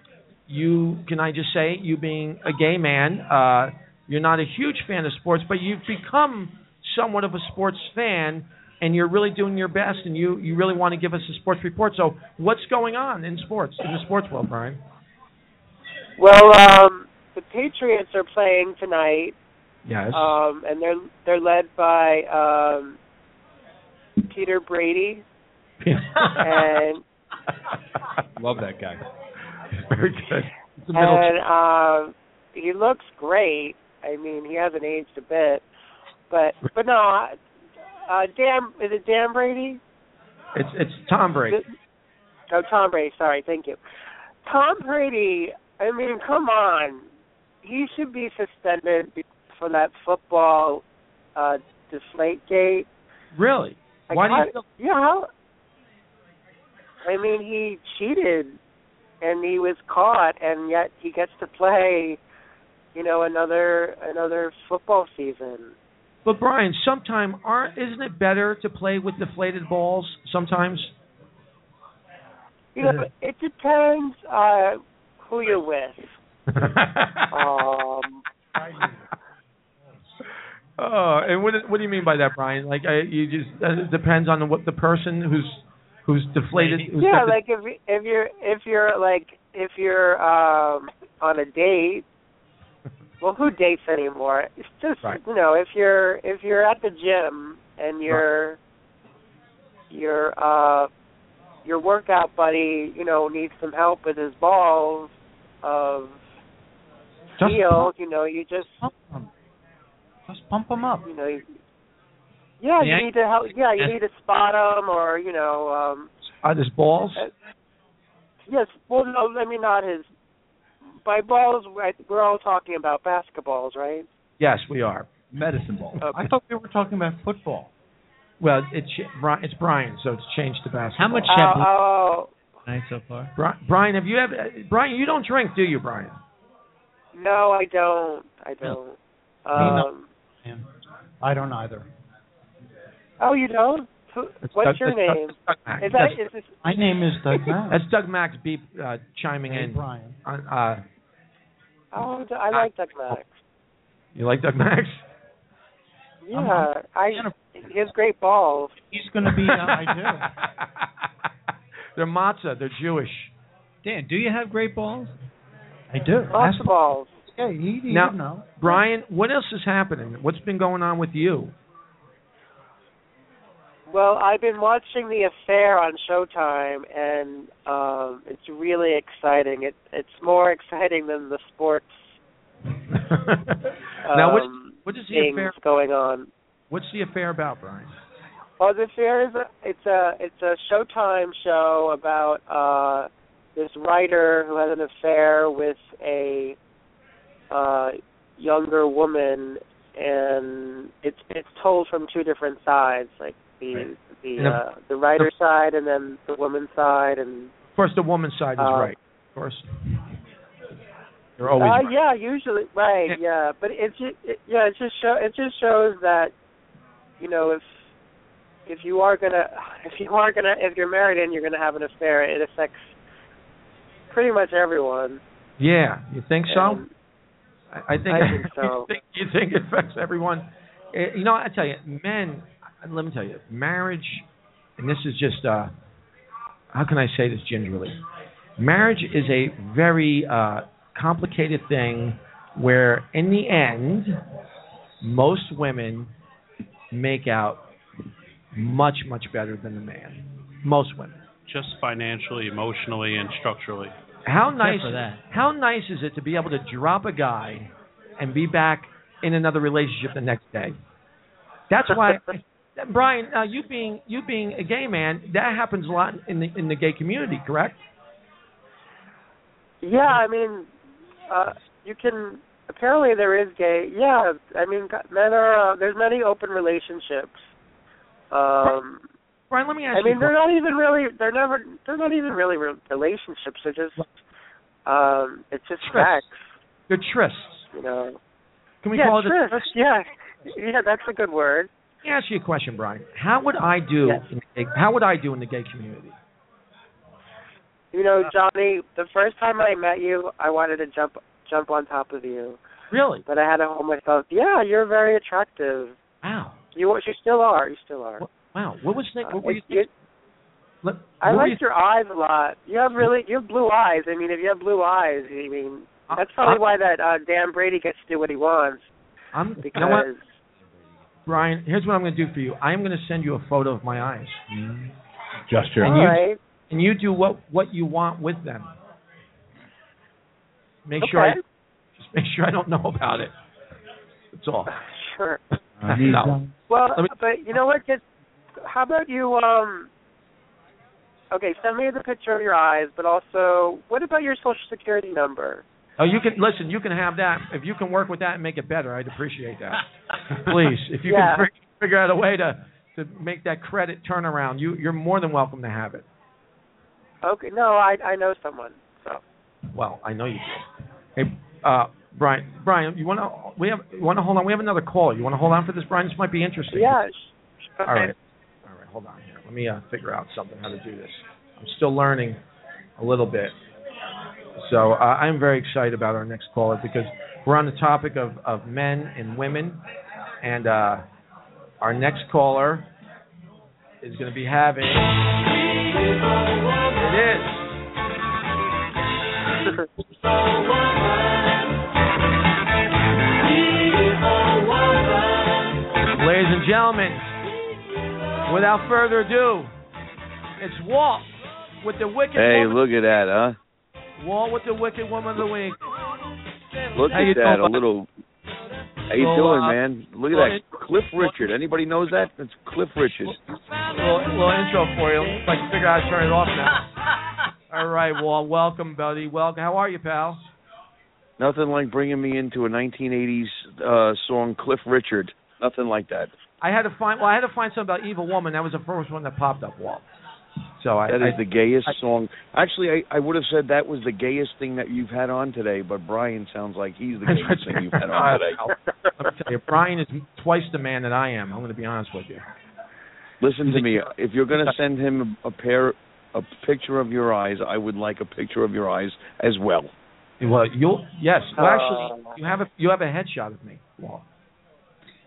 C: you, can I just say, you being a gay man, uh, you're not a huge fan of sports, but you've become somewhat of a sports fan, and you're really doing your best, and you you really want to give us a sports report. So, what's going on in sports in the sports world, Brian?
I: Well, um, the Patriots are playing tonight.
C: Yes.
I: Um, and they're they're led by um, Peter Brady. and
D: Love that guy.
C: Very good. It's a middle
I: and um he looks great. I mean, he hasn't aged a bit, but but no, I- uh, Dan is it Dan Brady?
C: It's it's Tom Brady.
I: Oh, Tom Brady. Sorry, thank you. Tom Brady. I mean, come on, he should be suspended be- for that football uh, deflate gate.
C: Really? Why do you feel
I: you? Yeah. How, I mean, he cheated, and he was caught, and yet he gets to play. You know, another another football season.
C: But Brian, sometime aren't isn't it better to play with deflated balls sometimes?
I: You know, but it depends uh, who you're with. Um,
C: oh, and what what do you mean by that, Brian? Like I, you just uh, it depends on what the person who's who's deflated. *laughs* Who's
I: yeah,
C: got the-
I: like if you- if you're if you're like if you're um on a date. Well, who dates anymore? It's just
C: Right.
I: you know if you're if you're at the gym and your your uh your workout buddy you know needs some help with his balls of
H: Just
I: steel.
H: pump-
I: You know, you just
H: Just pump them up.
I: you know. You, yeah,
H: Yeah.
I: you need to help. Yeah, you need to spot him, or you know, um
C: are these balls?
I: uh, Yes. Well, no, I mean not his. By balls, I- we're all talking about basketballs, right?
C: Yes, we are medicine ball.
I: Okay.
H: I thought we were talking about football.
C: Well, it's it's Brian, so it's changed to basketball.
G: How much
I: Oh, oh,
G: night so far.
C: Bri- Brian, have you ever? uh, Brian, you don't drink, do you, Brian?
I: no, I don't. I don't. Um,
H: I don't either.
I: oh, you don't? Who,
C: That's
I: what's
C: Doug-
I: your
C: that's Doug-
I: name?
C: Doug Mack.
I: Is that
C: That's-
I: is this?
H: My name is Doug
C: *laughs*
H: Mack.
C: That's Doug Max beep uh, chiming
H: Hey,
C: in.
H: Brian.
C: on, uh,
I: Oh, I like Doug Max.
C: you like Doug Max? *laughs*
I: Yeah, I. He has great balls.
H: Uh-huh. He's going to be. Uh, I
I: *laughs*
C: They're matzah. They're Jewish.
G: Dan, do you have great balls?
H: do. I do.
I: Lots of balls.
H: Yeah, he, he
C: Now-
H: would know.
C: Brian, what else is happening? What's been going on with you?
I: Well, I've been watching The Affair on Showtime, and um, it's really exciting. It, it's more exciting than the sports
C: *laughs* now, what,
I: um,
C: what is the
I: things
C: affair?
I: going on.
C: What's the affair about, Brian?
I: Well, Oh, this year is a it's a it's a Showtime show about uh this writer who has an affair with a uh younger woman, and it's it's told from two different sides, like the
C: Right.
I: the
C: And the-
I: uh, the writer side and then the woman's side, and
C: Of course, the woman's side is
I: Uh,
C: right. Of course, they're always
I: uh,
C: right.
I: yeah, usually right, yeah. But it just it, yeah, it just show it just shows that you know if if you are gonna *sighs* if you are gonna if you're married and you're gonna have an affair, it affects pretty much everyone.
C: Yeah, you think so?
I: And-
C: I, I *laughs* think,
I: Um, I think so.
C: you, think you think it affects everyone. Eh, you know, I tell you, men. Let me tell you, marriage, and this is just uh, how can I say this gingerly? Marriage is a very uh, complicated thing where, in the end, most women make out much much better than the man. Most women.
E: Just financially, emotionally, and structurally.
C: How
G: Except
C: nice.
G: for that.
C: How nice is it to be able to drop a guy and be back in another relationship the next day. That's why, that- Brian, uh, you being you being a gay man, that happens a lot in the in the gay community, correct?
I: Yeah, I mean, uh, you can. Apparently, there is gay. Yeah, I mean, g- men are. Uh, there's many open relationships. Um,
C: Brian, let me ask
I: I mean,
C: you.
I: they're not even really. They're never. They're not even really re- relationships. They're just. Um, it's just sex.
C: They're trysts.
I: You know.
C: Can we
I: yeah,
C: call it a
I: tryst, Yeah, yeah, that's a good word.
C: Let me ask you a question, Brian. How would I do? In the gay, how would I do in the gay community?
I: You know, Johnny, the first time I met you, I wanted to jump jump on top of you.
C: Really?
I: But I had to hold myself. Yeah, you're very attractive.
C: Wow.
I: You you still are. You still are.
C: Wow. What was that?
I: Uh,
C: What were you?
I: it- it-
C: Let-
I: I
C: what were
I: like
C: you-
I: your eyes a lot. You have really you have blue eyes. I mean, if you have blue eyes, I mean that's probably why that uh, Dan Brady gets to do what he wants
C: I'm, you
I: because
C: know what, Brian? Here's what I'm going to do for you. I am going to send you a photo of my eyes.
D: Gesture.
C: And you,
I: Alright.
C: and you do what what you want with them. Make sure I
I: Okay.
C: just make sure I don't know about it. That's all.
I: sure.
C: No.
I: Well,
C: Let me-
I: but you know what? Just how about you? Um. Okay, send me the picture of your eyes, but also, what about your social security number?
C: Oh, you can listen. You can have that if you can work with that and make it better. I'd appreciate that. Please, if you
I: Yeah.
C: can fig- figure out a way to to make that credit turnaround, you you're more than welcome to have it.
I: Okay, no, I I know someone. So
C: Well, I know you do. Hey, uh, Brian, Brian, you want to we have you want to hold on? We have another call. You want to hold on for this, Brian? This might be interesting.
I: yeah. sh- Okay.
C: All right. All right. Hold on here. Let me uh, figure out something how to do this. I'm still learning a little bit. So uh, I'm very excited about our next caller because we're on the topic of, of men and women. And uh, our next caller is going to be having. It is. Ladies and gentlemen, without further ado, it's Walt with the Wicked
J: Hey,
C: Woman.
J: look at that, huh?
C: Walt with the Wicked Woman of the Week.
J: Look
C: How you
J: at that.
C: doing,
J: a little. How you
C: Well,
J: doing,
C: uh,
J: man? Look at
C: well,
J: that.
C: it-
J: Cliff Richard. Anybody knows that? That's Cliff Richard.
C: little, little intro for you. If I can figure out how to turn it off now. All right, Walt. Welcome, buddy. Welcome. How are you, pal?
J: Nothing like bringing me into a 1980s uh song, Cliff Richard. Nothing like that.
C: I had to find. Well, I had to find something about Evil Woman. That was the first one that popped up, Walt. So I.
J: That is
C: I-
J: the gayest song. Actually, I, I would have said that was the gayest thing that you've had on today, but Brian sounds like he's
C: *laughs*
J: the gayest thing you've had on today.
C: Let me tell you, Brian is twice the man that I am. I'm going to be honest with you.
J: Listen
C: *laughs*
J: to me. If you're going to send him a pair, a picture of your eyes, I would like a picture of your eyes as well. Uh,
C: Well, you'll yes. Well, actually, you have a you have a headshot of me, Walt.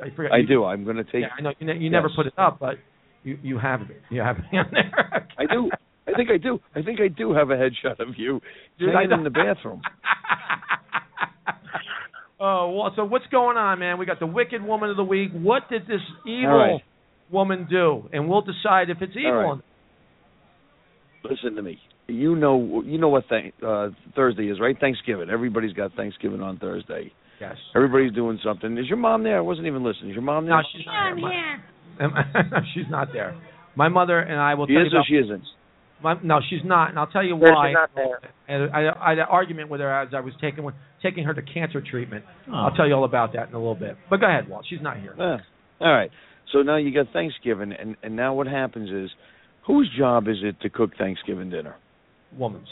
C: I forgot.
J: I
C: you-
J: do. I'm going to take.
C: Yeah, I know you, ne- you never
J: Yes.
C: put it up, but you you have it. You have it on there.
J: I do. I think I do. I think I do have a headshot of you
C: Dude, I
J: hanging
C: don't-
J: in the bathroom.
C: Oh well, so what's going on, man? We got the Wicked Woman of the Week. What did this evil
J: All right.
C: woman do? And we'll decide if it's evil.
J: right.
C: or not.
J: Listen to me. You know, you know what th- uh, Thursday is, right? Thanksgiving. Everybody's got Thanksgiving on Thursday.
C: Yes.
J: Everybody's doing something. Is your mom there? I wasn't even listening. Is your mom there?
C: No, she's not there. My- *laughs* she's not there. My mother and I will
J: She
C: tell
J: is
C: you
J: or
C: about,
J: she isn't.
C: My, no, she's not, and I'll tell you
J: No, she's
C: why.
J: not
C: And I, I had an argument with her as I was taking taking her to cancer treatment.
J: Oh.
C: I'll tell you all about that in a little bit. But go ahead, Walt. She's not here.
J: Yeah. All right. So now you got Thanksgiving, and and now what happens is, whose job is it to cook Thanksgiving dinner?
C: Woman's.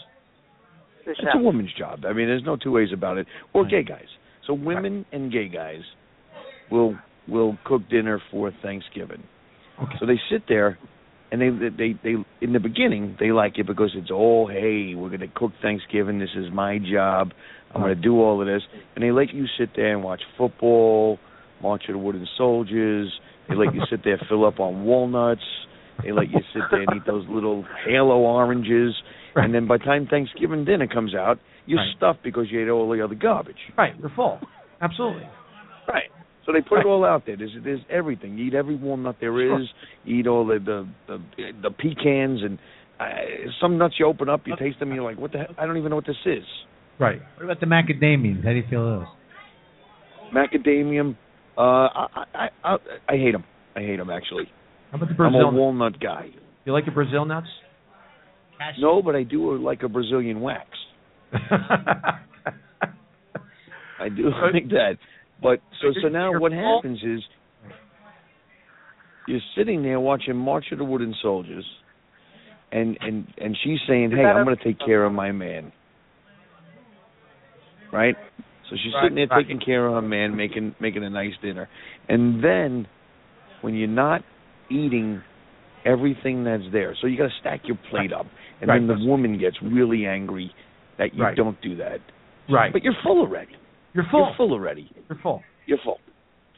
J: It's a woman's job. I mean, there's no two ways about it. Or gay guys. So women and gay guys will will cook dinner for Thanksgiving.
C: Okay.
J: So they sit there, and they they they in the beginning they like it because it's all hey we're gonna cook Thanksgiving. This is my job. I'm gonna do all of this, and they let you sit there and watch football, March of the Wooden Soldiers. They let you sit there fill up on walnuts. They let you sit there and eat those little halo oranges. And then by the time Thanksgiving dinner comes out, you're
C: Right.
J: stuffed because you ate all the other garbage.
C: Right, you're full. Absolutely.
J: Right. So they put it all out there. There's, there's everything. You eat every walnut there is. You eat all the the the, the pecans and uh, some nuts. You open up, you taste them, and you're like, what the? Heck? I don't even know what this is.
C: Right.
G: What about the macadamians? How do you feel those?
J: macadamia. Uh, I, I I I hate them. I hate them actually.
C: How about the
J: I'm a
C: Brazil nuts?
J: walnut guy.
C: You like the Brazil nuts?
J: No, but I do uh, like a Brazilian
K: *laughs*
J: wax. I do *laughs* like that. But so so now what happens is you're sitting there watching March of the Wooden Soldiers, and and and she's saying, "Hey, I'm going to take care of my man." Right. So she's
K: Right,
J: sitting there
K: right.
J: taking care of her man, making making a nice dinner, and then when you're not eating everything that's there, so you got to stack your plate up, and then the woman gets really angry that you
C: Right.
J: don't do that.
C: Right.
J: But you're full already.
C: You're full.
J: You're full already.
C: You're full.
J: You're full.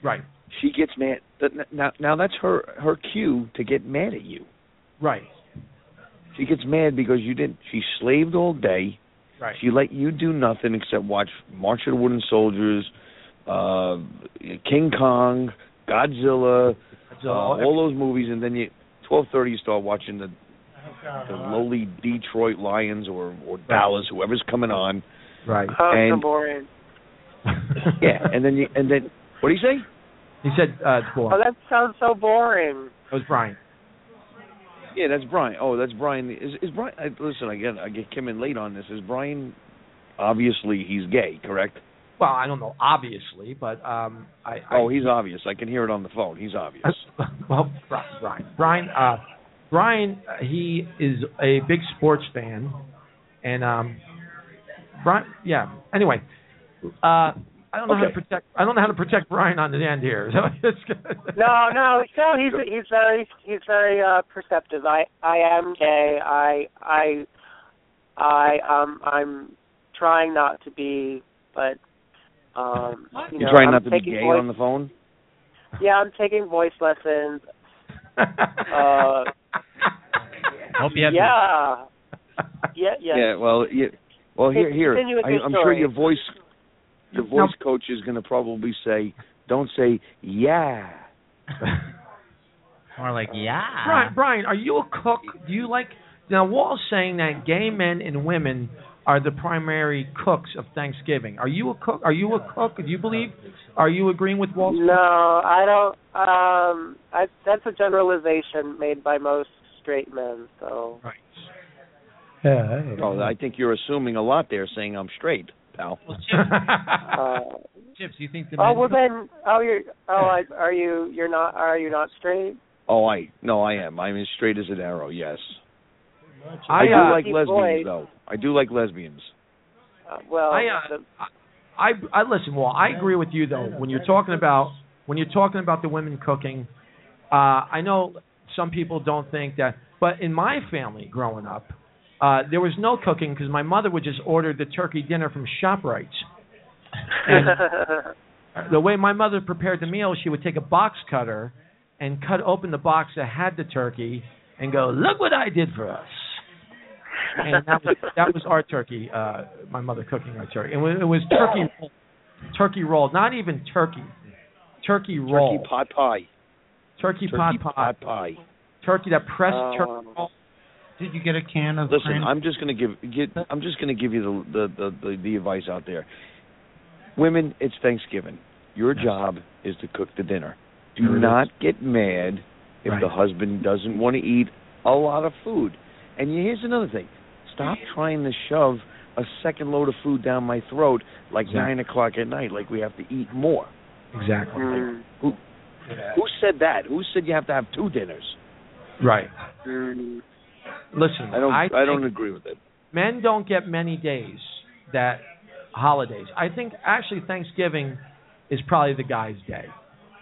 C: Right.
J: She gets mad. Th- n- Now, now that's her her cue to get mad at you.
C: Right.
J: She gets mad because you didn't. She slaved all day.
C: Right.
J: She let you do nothing except watch March of the Wooden Soldiers, uh, King Kong, Godzilla, uh, all those movies, and then you twelve thirty you start watching the the
C: Uh-huh.
J: lowly Detroit Lions or or Dallas, whoever's coming on.
C: Right.
I: Oh, it's so
J: And
I: boring.
J: yeah, and then you and then what do you say?
C: He said uh, it's boring.
I: Oh, that sounds so boring.
C: That was Brian.
J: Yeah, that's Brian. Oh, that's Brian. Is is Brian? I, listen, I get I get came in late on this. Is Brian? Obviously, he's gay. Correct.
C: Well, I don't know, obviously, but um, I, I
J: Oh, he's obvious. I can hear it on the phone. He's obvious.
C: *laughs* well, Bri- Brian, Brian, uh, Brian, uh, he is a big sports fan, and um, Brian, yeah. Anyway, uh, I don't know how to
I: Okay.
C: protect. I don't know how to protect Brian on the end here. *laughs* So it's good.
I: No, no, no. He's he's very he's very uh, perceptive. I I am gay. I I I um I'm trying not to be, but um you
J: you
I: know,
J: trying
I: I'm
J: not to be
I: taking
J: gay
I: voice,
J: on the phone?
I: *laughs* Yeah, I'm taking voice
J: *laughs*
I: lessons. Uh,
J: Hope
I: yeah. Yeah, yeah.
J: Yeah. Well, yeah. Well, here, here.
I: Continue with
J: I,
I: your
J: I'm sure
I: story.
J: your voice, your voice coach is going to probably say, "Don't say yeah."
G: More like yeah.
C: Brian, Brian, are you a cook? Do you like now? Wall's saying that gay men and women are the primary cooks of Thanksgiving. Are you a cook? Are you a cook? Do you believe? Are you agreeing with Wall?
I: No, I don't. Um, I, that's a generalization made by most straight men. So
C: right.
F: Yeah.
J: Oh, I think you're assuming a lot there, saying I'm straight, pal.
I: Uh,
G: Chips, you think the
I: oh
G: men
I: well, then. Oh, you're. Oh, I, are you? You're not. Are you not straight?
C: *laughs*
J: oh, I no, I am. I'm as straight as an arrow. Yes.
C: I,
J: do
C: uh,
J: like
C: Deep
J: lesbians,
C: voice.
J: though. I do like lesbians.
I: Uh,
J: Oh,
I: well,
C: I, uh, I I listen. Well, I agree with you though. When you're talking about when you're talking about the women cooking, uh, I know some people don't think that, but in my family growing up, uh, there was no cooking because my mother would just order the turkey dinner from Shoprite. And the way my mother prepared the meal, she would take a box cutter and cut open the box that had the turkey and go, "Look what I did for us."
L: *laughs*
C: And that was, that was our turkey. Uh, my mother cooking our turkey, and it was turkey
J: Oh.
C: roll, turkey roll, not even turkey, turkey roll,
J: Turkey pot pie.
C: turkey,
J: turkey
C: pot
J: pot pie.
C: turkey that pressed
I: Oh.
J: Um,
C: turkey roll.
H: Did you get a can of
J: Listen,
H: cran-
J: I'm just gonna give get, I'm just gonna give you the the, the the the advice out there. Women, it's Thanksgiving. Your job is to cook the dinner. Do
K: There it
J: not get mad if
K: Right.
J: the husband doesn't want to eat a lot of food. And here's another thing: stop trying to shove a second load of food down my throat like
C: Exactly.
J: nine o'clock at night, like we have to eat more.
C: Exactly.
J: Who who said that? Who said you have to have two dinners?
C: Right.
J: I
C: Listen,
J: don't
C: I,
J: I don't
C: think-
J: agree with it.
C: men don't get many days that holidays. I think actually Thanksgiving is probably the guy's day.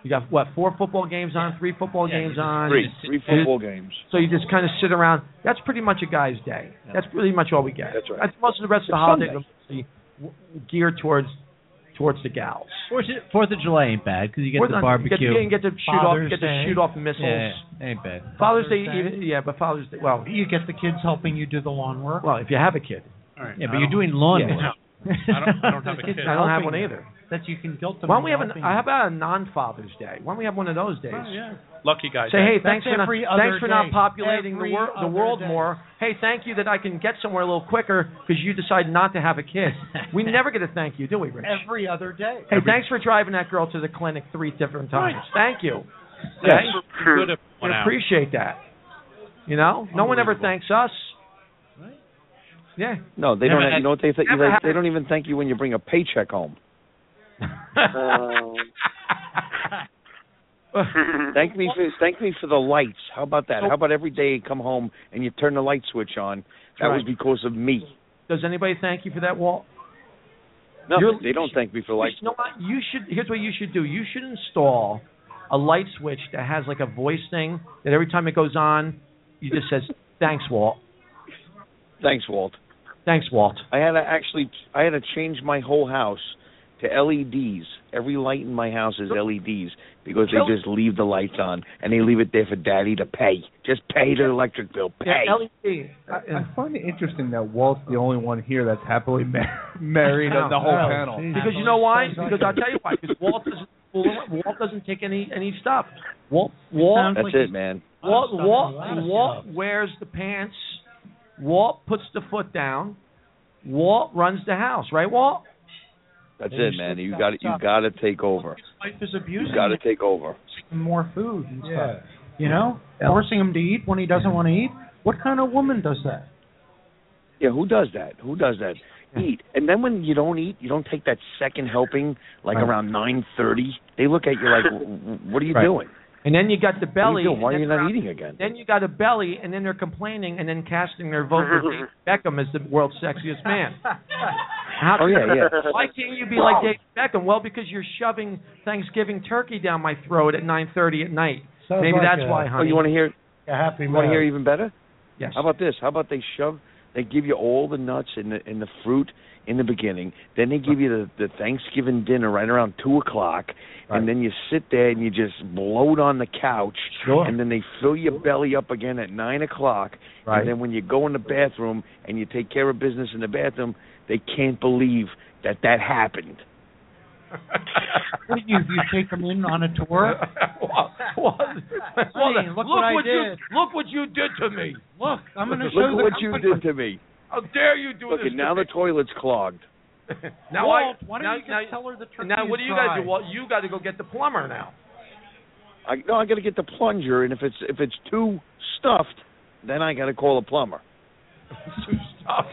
C: You got what four football games on, three football games on,
J: Three three football games.
C: So you just kind of sit around. That's pretty much a guy's day. That's pretty much all we get.
J: That's right.
C: most of the rest of the
G: It's
C: holidays
G: Sunday.
C: are mostly w- geared towards towards the gals.
G: Fourth, Fourth of July ain't bad because you get
C: Fourth
G: the
C: of- you get-
G: barbecue.
C: you get to shoot off- Father's get to Day. shoot off missiles.
G: Yeah, yeah, ain't bad.
C: Father's Day, even, yeah, but
H: *laughs*
C: Father's Day. Well,
H: you get the kids helping you do the lawn work.
C: Well, if you have a kid.
E: All right. I
G: Yeah, but you're
E: don't-
G: doing lawn
C: Yeah.
G: work.
E: I don't. I don't have a
C: I
E: kid.
C: don't have one either.
H: That you can guilt them.
C: Why don't
H: into
C: we have an?
H: helping
C: How
H: you.
C: about a non-Father's Day? Why don't we have one of those days?
E: Oh, yeah. Lucky guy.
C: Say,
E: Day.
C: hey, thanks for, not,
H: every other
C: thanks for not
H: day.
C: populating the,
H: Every
C: wor- the
H: other
C: world
H: day.
C: more. Hey, thank you that I can get somewhere a little quicker because you decide not to have a
H: *laughs*
C: kid. we never get a thank you, do we, Rich?
H: every other day.
C: Hey, thanks for driving that girl to the clinic three different times. Thank you.
H: Yes.
C: Okay?
H: You could have
C: I
H: went out.
C: appreciate that. You know, no one ever thanks us. Yeah.
J: No, they
C: Never
J: don't.
C: had-
J: you know what they think?
C: never
J: They,
C: had-
J: they don't even thank you when you bring a paycheck home. *laughs* thank me for thank me for the lights. How about that? How about every day you come home and you turn the light switch on? That was
C: Right.
J: because of me.
C: Does anybody thank you for that, Walt?
J: No,
C: You're-
J: they don't thank me for lights.
C: You know what? You should. Here's what you should do. You should install a light switch that has like a voice thing that every time it goes on, you just says thanks, Walt.
J: Thanks, Walt.
C: Thanks, Walt.
J: I had to actually I had to change my whole house to LEDs. Every light in my house is LEDs because they just leave the lights on and they leave it there for Daddy to pay. Just pay the electric bill. Pay.
C: LED.
K: I, I find it interesting that Walt's the only one here that's happily *laughs* ma- married on the whole
C: No.
K: panel.
C: Because you know why? Because I'll tell you why. Because Walt doesn't Walt doesn't take any any stuff. Walt Walt
J: That's it, man.
C: Walt
H: Stuff
C: Walt
H: a lot of
C: Walt wears the pants. Walt puts the foot down. Walt runs the house, right, Walt?
J: That's
C: Maybe
J: it,
C: you
J: man.
C: should
J: You
C: stop
J: got to you
C: talking.
J: got to take over.
H: Life is abusing
J: You got to take over.
H: him, more food and
F: Yeah.
H: stuff. You know, forcing him to eat when he doesn't want to eat. What kind of woman does that?
J: Yeah, who does that? Who does that? Eat, and then when you don't eat, you don't take that second helping like
C: Right.
J: around nine thirty. They look at you like, "W- w- "What are you
C: Right.
J: doing?
C: And then you got the
J: What are
C: belly.
J: you doing? Why
C: and
J: are you
C: then
J: not
C: they're-
J: eating again?"
C: Then you got a belly, and then they're complaining, and then casting their vote for David Beckham as the world's sexiest man. How
J: Oh, yeah, yeah.
C: Why can't you be like David Beckham? Well, because you're shoving Thanksgiving turkey down my throat at 9:30 at night.
J: Sounds
C: Maybe
J: like
C: that's
J: a-
C: why,
J: Oh,
C: honey.
J: you wanna hear?
F: A happy
J: You want to hear
F: man.
J: even better?
C: Yes.
J: How about this? How about they shove? They give you all the nuts and the and the fruit in the beginning. Then they give you the the Thanksgiving dinner right around two o'clock, and then you sit there and you just bloat on the couch.
F: Sure.
J: And then they fill your belly up again at nine o'clock.
F: Right.
J: And then when you go in the bathroom and you take care of business in the bathroom, they can't believe that that happened.
H: What do you you take him in on a tour? *laughs*
C: Well,
H: Honey,
C: look,
H: look,
C: what,
H: I
C: you
H: did.
C: look what you did to me. Look,
H: I'm gonna
J: Look
H: show the
J: what you did to me.
C: How dare you do
J: Look,
C: this?
J: and now the toilet's clogged.
C: *laughs* Now
H: Walt,
C: I,
H: why don't
C: now,
H: you just
C: now,
H: tell her the turkey
C: now what
H: is
C: do you gotta
H: fried?
C: do? Well, you got to go get the plumber now.
J: I no, I got to get the plunger, and if it's if it's too stuffed, then I got to call a plumber.
C: too stuffed.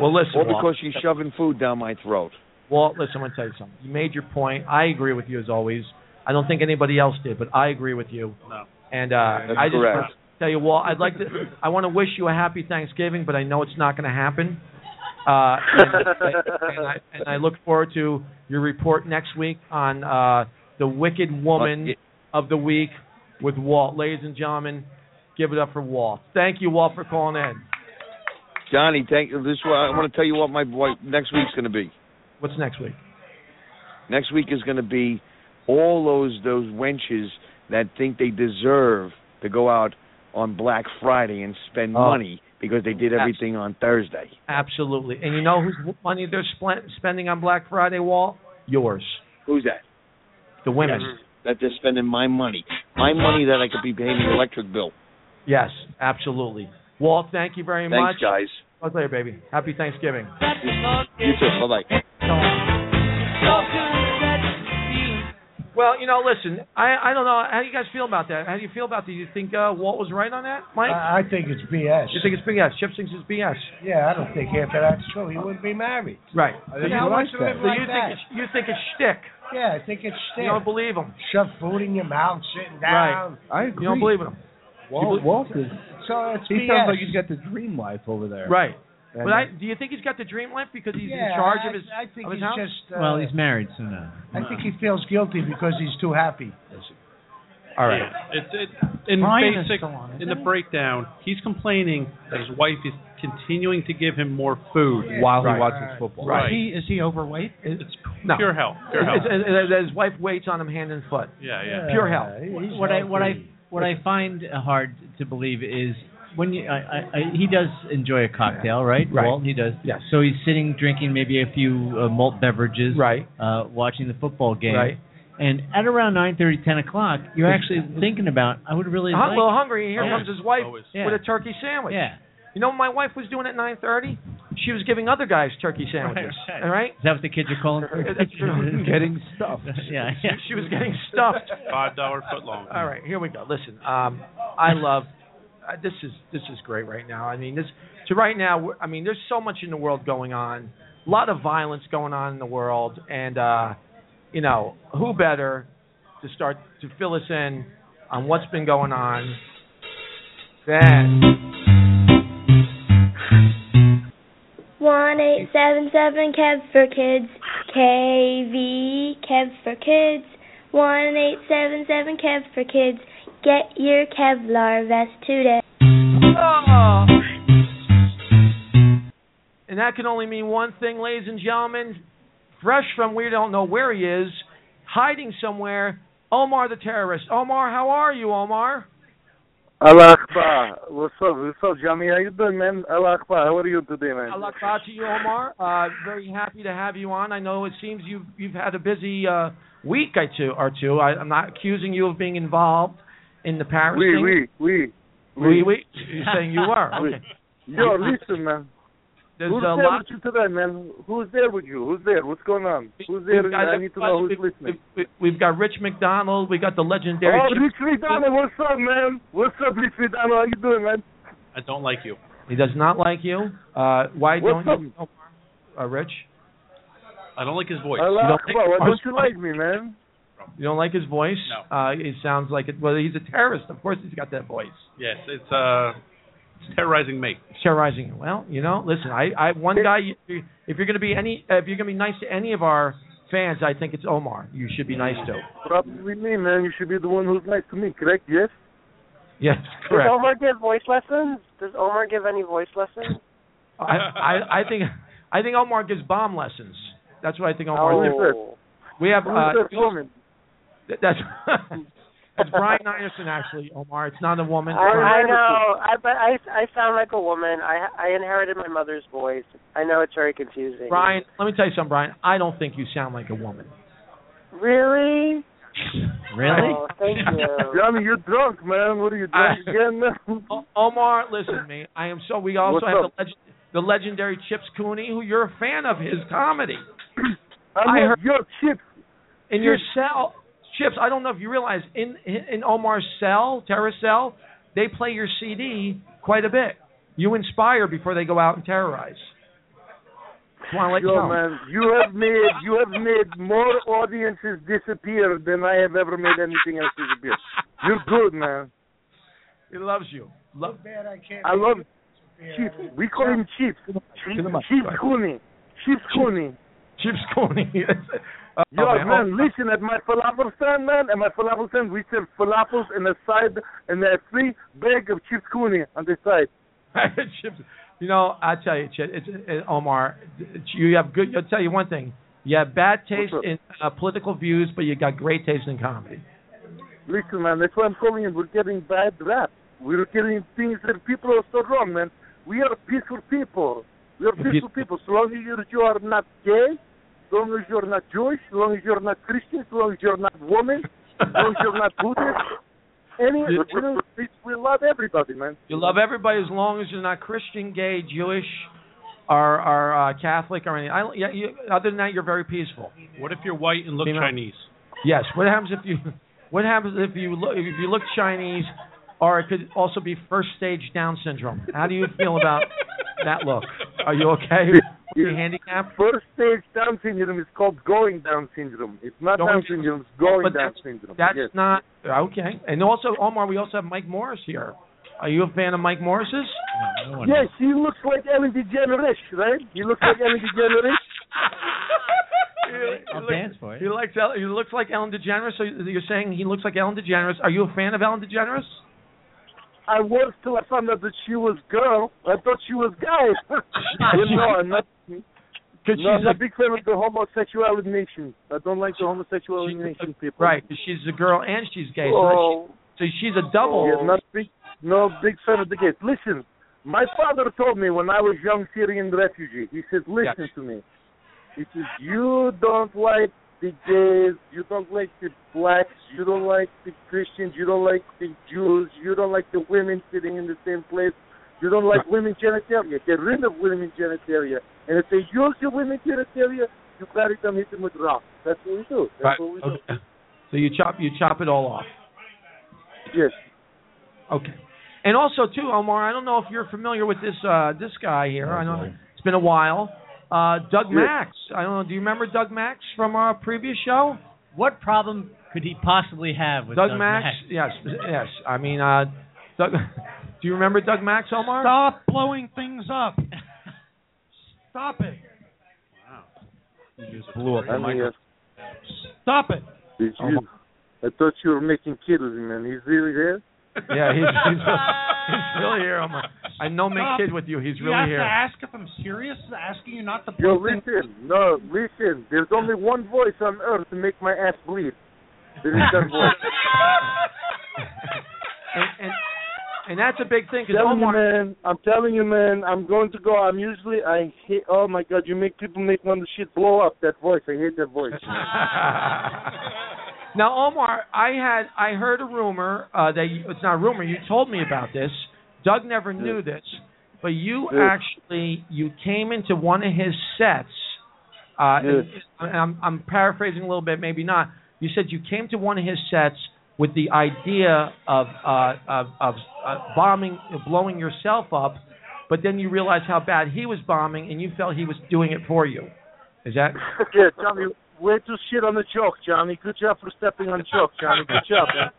C: Well, listen,
J: Or
C: Walt.
J: because she's shoving food down my throat.
C: Walt, listen, I'm going to tell you something. You made your point. I agree with you as always. I don't think anybody else did, but I agree with you.
E: No.
C: And uh, I just
J: correct.
C: want to tell you, Walt, I'd like to. I want to wish you a happy Thanksgiving, but I know it's not going to happen. Uh, and, and, I, and I look forward to your report next week on uh, the Wicked Woman of the Week with Walt. Ladies and gentlemen, give it up for Walt. Thank you, Walt, for calling in.
J: Johnny, thank you. This is what- I want to tell you what my boy, next week's going to be.
C: What's next week?
J: Next week is going to be all those those wenches that think they deserve to go out on Black Friday and spend
C: Oh.
J: money because they did everything on Thursday.
C: Absolutely. And you know whose money they're splen- spending on Black Friday, Walt? Yours.
J: Who's that?
C: The women.
J: Yes, that they're spending my money, my money that I could be paying the electric bill.
C: Yes, absolutely. Walt, thank you very much.
J: Thanks, guys.
C: Talk later, baby. Happy Thanksgiving.
J: You too. Bye bye.
C: Well, you know, listen, I, I don't know. How do you guys feel about that? How do you feel about that? Do you think uh, Walt was right on that, Mike?
F: I, I think it's BS.
C: you think it's BS? Chip thinks it's BS.
F: Yeah, I don't think after that's true, he wouldn't be married.
C: Right. So
F: I
C: you,
F: think he likes
C: so
F: that.
C: you think it's, you think it's shtick.
F: Yeah, I think it's shtick.
C: You don't believe him.
F: Shove food in your mouth, sitting
C: Right.
F: down.
K: I agree.
C: You don't believe him.
K: Walt, Walt is.
F: So it's
K: He
F: BS.
K: sounds like he's got the dream life over there.
C: Right.
K: And
C: But I, do you think he's got the dream life because he's
F: Yeah,
C: in charge
F: I-
C: of his
F: I think
C: of his
F: he's
C: house?
F: just, uh,
G: well, he's married, so no.
F: I think he feels guilty because he's too happy.
C: All
E: right. It's it, in
H: Brian is
E: basic
H: still on,
E: in
H: isn't
E: the
H: he?
E: breakdown, he's complaining that his wife is continuing to give him more food
K: While he
E: Right.
K: watches football.
E: Right.
H: Is he is he overweight?
E: It's pure hell. Pure hell.
C: It's- it's- it's- it's- his wife waits on him hand and foot.
E: yeah, yeah.
C: Pure hell.
G: What I what I what I find hard to believe is when you I, I, I, he does enjoy a cocktail, right?
C: Right.
G: Walt, he does.
C: Yes.
G: So he's sitting drinking maybe a few uh, malt beverages,
C: right?
G: Uh, watching the football game,
C: Right.
G: And at around nine thirty, ten o'clock, you're actually thinking about, I would really
C: A
G: like. Oh.
C: little hungry. Here
G: Yeah.
E: Oh,
C: comes his wife
G: Yeah.
C: with a turkey sandwich.
G: Yeah.
C: You know what my wife was doing at 9:30? She was giving other guys turkey sandwiches.
G: *laughs* right.
C: All right.
G: Is that what the kids are calling?
C: That's
G: *laughs*
C: true. Getting
G: stuffed. Yeah,
C: She, she was getting stuffed.
E: Five dollar foot long.
C: All right, here we go. Listen, um, I love uh, this is this is great right now. I mean, this to right now. we're- I mean, there's so much in the world going on, a lot of violence going on in the world, and uh, you know, who better to start to fill us in on what's been going on than
M: One eight seven seven Kev for kids. KV Kev for kids. One eight seven seven Kev for kids. Get your Kevlar vest today.
C: Oh. And that can only mean one thing, ladies and gentlemen. Fresh from we don't know where he is, hiding somewhere, Omar the terrorist. Omar, how are you, Omar?
L: Allah Akbar. What's up? What's up, Jami? How you doing, man? Allah Akbar. How are you today, man?
C: Allah Akbar to you, Omar. Uh, very happy to have you on. I know it seems you've you've had a busy uh, week or two. Or two. I, I'm not accusing you of being involved in the Paris.
L: We,
C: thing.
L: we, we.
C: We, we. You're saying you were.
L: We.
C: Okay.
L: Yo, listen, man.
C: There's
L: who's
C: a
L: there
C: lot-
L: with you today, man? Who's there with you? Who's there? What's going on? Who's
C: We've
L: there?
C: got
L: I need to know who's listening.
C: we- We've got Rich McDonald. We got the legendary.
L: oh,
C: Chip-
L: Rich Vidano, what's up, man? What's up, Rich Vidano? How you doing, man?
E: I don't like you.
C: He does not like you. Uh, why
L: What's
C: don't you, uh, Rich?
E: I don't like his voice.
C: You
L: Allah
C: don't
L: Akbar. Why
C: like-
L: don't you like me, man?
C: You don't like his voice? No. Uh, it sounds like it. Well, he's a terrorist. Of course, he's got that voice.
E: Yes, it's uh, it's terrorizing me.
C: Terrorizing him. Well, you know, listen. I, I one guy. you- If you're going to be any, if you're going to be nice to any of our fans, I think it's Omar. You should be nice to.
L: Probably me, man. You should be the one who's nice to me, correct? Yes?
C: Yes,
I: Does
C: correct.
I: Omar give voice lessons? Does Omar give any voice lessons?
C: I, I, I think, I think Omar gives bomb lessons. That's what I think
I: Oh.
C: Omar.
L: Who's
C: does.
L: this?
C: We have.
L: Who's
C: Uh,
L: this woman?
C: th- that's. *laughs* That's Brian Anderson, actually, Omar. It's not a woman.
I: I, I know. I but I I sound like a woman. I I inherited my mother's voice. I know it's very confusing.
C: Brian, let me tell you something, Brian. I don't think you sound like a woman. *laughs*
I: Really?
C: Really?
I: Oh,
C: *laughs*
I: thank you.
L: Johnny, you're drunk, man. What are you
C: I-
L: drunk again? man?
C: O- Omar, listen, me. I am so. We also
L: What's
C: have
L: up?
C: the, leg- the legendary Chips Cooney, who you're a fan of his comedy.
L: I'm
C: I
L: not-
C: heard
L: yo, Chips.
C: In your cell, Chips. I don't know if you realize in in Omar's cell, terrorist cell, they play your CD quite a bit. You inspire before they go out and terrorize. Just want to let
L: Yo,
C: you know.
L: man, you have made you have made more audiences disappear than I have ever made anything else
C: *laughs*
L: disappear. You're good, man.
C: He loves you. Love
F: bad I can't.
L: I love Chips.
F: Chief.
L: We call him Chips. Chips Chips Cooney. Chips Cooney.
C: Chips Cooney. *laughs* Uh,
L: Yo,
C: man.
L: man, listen, at my falafel stand, man, at my falafel stand, we serve falafels and a side, and a free bag of Chips Cooney on the
C: *laughs*
L: side.
C: Chips. You know, I tell you, Chip, it's, it, Omar, it's- you have good. I'll tell you one thing: you have bad taste in uh, political views, but you got great taste in comedy.
L: Listen, man, that's why I'm calling it. We're getting bad rap. We're getting things that people are so wrong, man. We are peaceful people. We are
C: If you-
L: peaceful people. So long as you're, you are not gay, so long as you're not Jewish, so long as you're not Christian, so long as you're not woman, so long as you're not Buddhist, any,
C: You-
L: you know, we- we love everybody, man.
C: You love everybody as long as you're not Christian, gay, Jewish, or, or uh, Catholic, or anything. I, don't- yeah, you, other than that, you're very peaceful.
E: What if you're white and look
C: Female.
E: Chinese?
C: Yes. What happens if you? What happens if you look? If you look Chinese, or it could also be first stage Down syndrome. How do you feel about that look? Are you okay? Are you handicapped?
L: First stage Down syndrome is called going Down syndrome. It's not
C: Going
L: Down
C: down.
L: syndrome, it's going
C: But
L: Down
C: that's-
L: syndrome.
C: That's
L: Yes.
C: not okay. And also, Omar, we also have Mike Morris here. Are you a fan of Mike Morris's? *laughs*
L: Yes, he looks like Ellen DeGeneres, right? He looks like Ellen DeGeneres.
C: I'll
G: dance for it.
C: He likes El- he looks like Ellen DeGeneres. So you're saying he looks like Ellen DeGeneres? Are you a fan of Ellen DeGeneres?
L: I was till I found out that she was girl. I thought she was guy.
C: *laughs*
L: *laughs* you know, I'm not.
C: Cause
L: no, I'm
C: she's
L: not
C: a-
L: a big fan of the homosexual nation. I don't like the homosexual nation people.
C: Right, 'cause she's a girl and she's gay. So,
L: Oh.
C: that she- so she's a double.
L: Yeah, not big, no big fan of the gays. Listen, my father told me when I was young Syrian refugee. He said, "Listen to me. He says you don't like the gays, you don't like the blacks, you don't like the Christians, you don't like the Jews, you don't like the women sitting in the same place, you don't like women genitalia. Get rid of women genitalia. And if they use your women genitalia, you carry them, hit them with rocks. That's what we do. That's what we do.
C: Okay. So you chop you chop it all off.
L: Yes.
C: Okay. And also too, Omar, I don't know if you're familiar with this uh, this guy here. I know it's been a while. Uh, Doug
G: Yeah.
C: Max. I don't know. Do you remember Doug Max from our previous show?
G: What problem could he possibly have with
C: Doug,
G: Doug
C: Max? Yes, yes. I mean, uh, Doug. *laughs* Do you remember Doug Max, Omar?
H: Stop blowing things up. Stop it.
L: You just
E: blew
L: up
E: the micro-
H: Stop it.
L: Did
H: Oh,
L: you? I thought you were making kids, man. He's really there?
C: *laughs* Yeah, he's he's, he's
H: *laughs*
C: really here, Omar. I no make
H: Stop.
C: kid with you. He's
H: You
C: really
H: have
C: here.
H: to ask if I'm serious. Asking you not to
L: Yo,
H: blow things
L: listen. No, listen. There's only one voice on earth to make my ass bleed. There is that
H: *laughs*
L: voice.
C: and, *laughs* and and that's a big thing because
L: telling
C: Omar.
L: you, man, I'm telling you, man, I'm going to go. I'm usually, I hate, oh my God, you make people make one of the shit blow up. That voice, I hate that
H: *laughs*
L: voice.
C: now, Omar, *laughs* I had I heard a rumor uh, that you, it's not a rumor. You told me about this. Doug never knew this, but you
L: Yeah.
C: actually you came into one of his sets. Uh, and- and I'm, I'm paraphrasing a little bit, maybe not. You said you came to one of his sets with the idea of uh, of, of uh, bombing, blowing yourself up, but then you realized how bad he was bombing, and you felt he was doing it for you. Is that
L: *laughs* yeah, Johnny, way too shit on the joke, Johnny. Good job for stepping on joke, Johnny. Good job, man.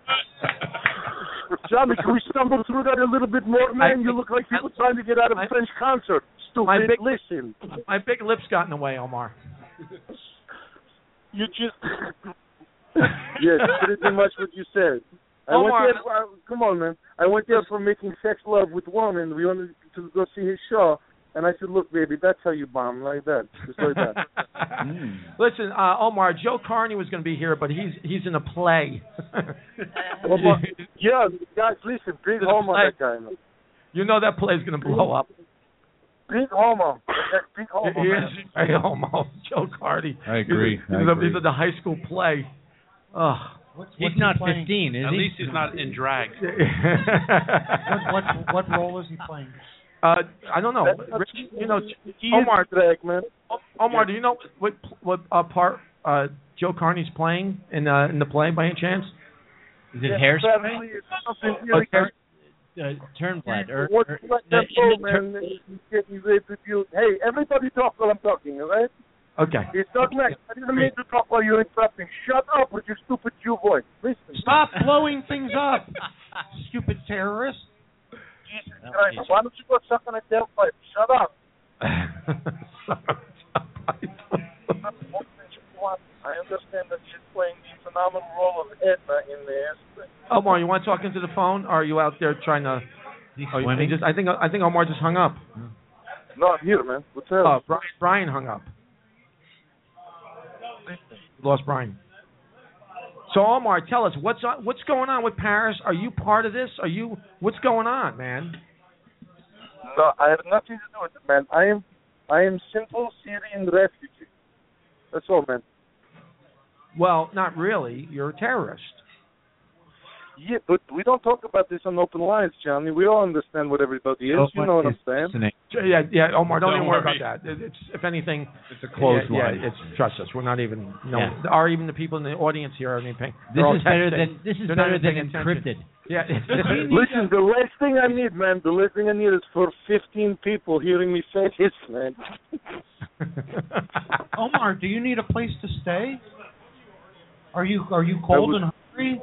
L: Johnny, can we stumble through that a little bit more, man? you look like people trying to get out of a French concert.
C: my
L: Stupid,
C: big-
L: listen.
C: My big lips got in the way, Omar.
L: You just. yes, pretty much what you said. I
C: Omar-
L: went there. For, uh, come on, man. I went there for making sex love with one, and we wanted to go see his show. And I said, "Look, baby, that's how you bomb, like that, just
C: *laughs*
L: like that." Hmm.
C: Listen, uh, Omar, Joe Carney was going to be here, but he's he's in a play.
L: Omar, yeah, guys, listen, big homo that guy. Man.
C: you know that play is going to blow
E: *laughs*
C: up.
L: Big homo. That's big
E: Oh,
L: homo.
C: he
L: man.
C: is very homo, oh, Joe Carney.
K: I agree.
C: He's,
K: I
C: the,
K: agree.
C: he's in the high school play. Ugh.
G: He's not 15, is
E: At
G: he?
E: least he's not in drag.
H: *laughs* What, what role is he playing?
C: Uh, I don't know.
H: That's not-
C: Rich, you know,
H: he is
C: Omar,
L: drag, man.
C: Omar, do you know what what uh, part uh, Joe Carney's playing in uh, in the play by any chance?
G: Is it
C: Yeah,
G: hairspray?
L: Something
G: Or
L: really
G: turn, uh, turnblad. Or,
L: What's
G: or,
L: like
G: no,
L: that
G: in
L: phone,
G: the turn-
L: man? He's getting raped with you. Hey, everybody talk while I'm talking, all right?
C: Okay.
L: It's not like I didn't mean to talk while you're interrupting. Shut up with your stupid Jew voice. Listen.
H: Stop blowing things up, stupid terrorist.
L: Jesus Christ. Why don't you go suck on a tailpipe? Shut up. I understand that she's playing the phenomenal role of Edna in this.
C: Oh, Omar, you want to talk into the phone, or are you out there trying to? oh, you- he just, I think I think Omar just hung up.
L: No, I'm here, man. What's up?
C: Oh, Brian, Brian hung up. Oh. We Lost Brian. So Omar, tell us what's on, what's going on with Paris? Are you part of this? Are you what's going on, man?
L: No, I have nothing to do with it, man. I am, I am simple Syrian refugee. That's all, man.
C: Well, not really. You're a terrorist.
L: Yeah, but we don't talk about this on open lines, Johnny. We all understand what everybody is.
C: No
L: you
C: one
L: know what I'm
C: is
L: saying?
C: Yeah, yeah, Omar, don't,
L: Don't
C: even worry,
L: worry.
C: about that. It- It's if anything,
L: It's a
G: closed
C: yeah,
G: line.
C: Yeah, it's trust us. We're not even no,
G: Yeah.
C: are even the people in the audience here are even paying.
G: This
C: they're all
G: is better
C: texting.
G: than- this is
C: They're not
G: better
C: even
G: than
C: paying attention.
G: encrypted.
C: Yeah.
L: *laughs*
C: *laughs*
G: *laughs*
L: Listen, the last thing I need, man, the last thing I need is for 15 people hearing me say *laughs* this, man.
H: *laughs* Omar, do you need a place to stay? Are you are you cold
L: would-
H: and hungry?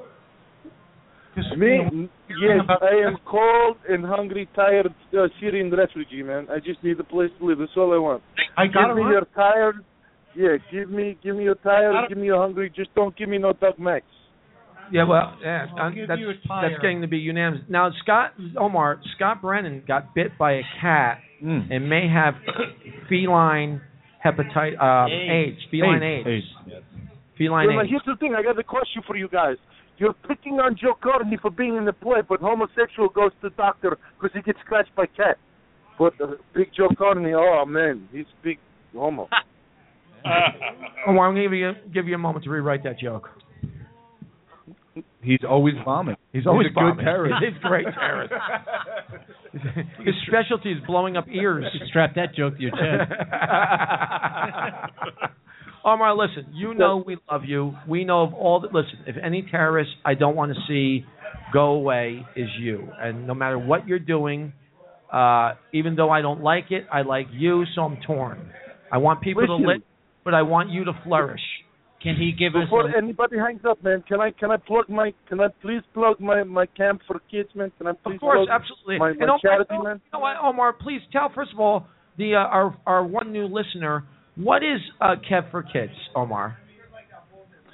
H: 'Cause, you know,
C: Mm,
L: Me? Yes,
C: uh,
L: I am cold and hungry, tired uh, Syrian refugee, man. I just need a place to live. That's all I want.
H: I
L: give
H: gotta
L: me
H: run.
L: your tired. Yeah, give me, give me your tired, give me your hungry. Just don't give me no Doug Max.
C: Yeah, well, yeah, um,
L: give
C: that's
L: you a tire.
C: that's getting to be unanimous. Now, Scott Omar, Scott Brennan got bit by a cat
G: Mm.
C: and may have feline hepatitis, um, AIDS, feline AIDS, feline
L: Well, now,
C: AIDS.
G: *laughs*
L: here's the thing. I got a question for you guys. You're picking on Joe Carney for being in the play, but homosexual goes to doctor because he gets scratched
C: *laughs*
L: by cat. But uh, big Joe Carney, oh man, he's big homo.
C: Oh, well, I'm gonna give you give you a moment to rewrite that joke.
D: He's always bombing.
C: He's always
D: a
C: bombing.
D: good terrorist.
C: He's a great
G: *laughs*
D: *laughs*
C: terrorist. His specialty is blowing up ears.
G: *laughs* Strap that joke to your
C: *laughs*
G: chest.
C: Omar, listen. You know we love you. We know of all that. Listen, if any terrorist I don't want to see go away is you, and no matter what you're doing, uh, even though I don't like it, I like you, so I'm torn. I want people to
L: Listen.
C: live, but I want you to flourish.
G: Can he give
L: Before anybody hangs up, man, can I can I plug my can I please plug my my camp for kids, man? Can I please
C: Of course,
L: plug
C: absolutely.
L: my,
C: and
L: my
C: Omar, oh,
L: charity,
C: you
L: man?
C: know what, Omar? Please tell first of all the uh, our our one new listener what is uh, Kev for Kids, Omar.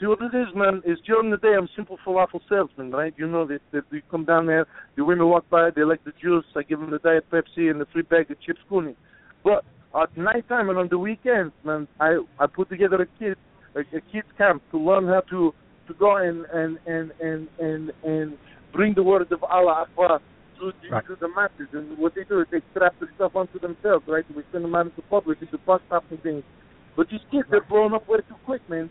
L: See what it is, man. Is during the day I'm simple falafel salesman, right? You know that, that you come down there, the women walk by, they like the juice. I give them the diet Pepsi and the free bag of chips cooney. But at night time and on the weekends, man, I I put together a kid a, a kids camp to learn how to to go and and and and and, and bring the word of Allah Akbar to the,
C: Right.
L: to the masses. And what they do is they strap the stuff onto themselves, right? We send them out into public, into bus stops and things. But these kids, they're blown up way too quick, man.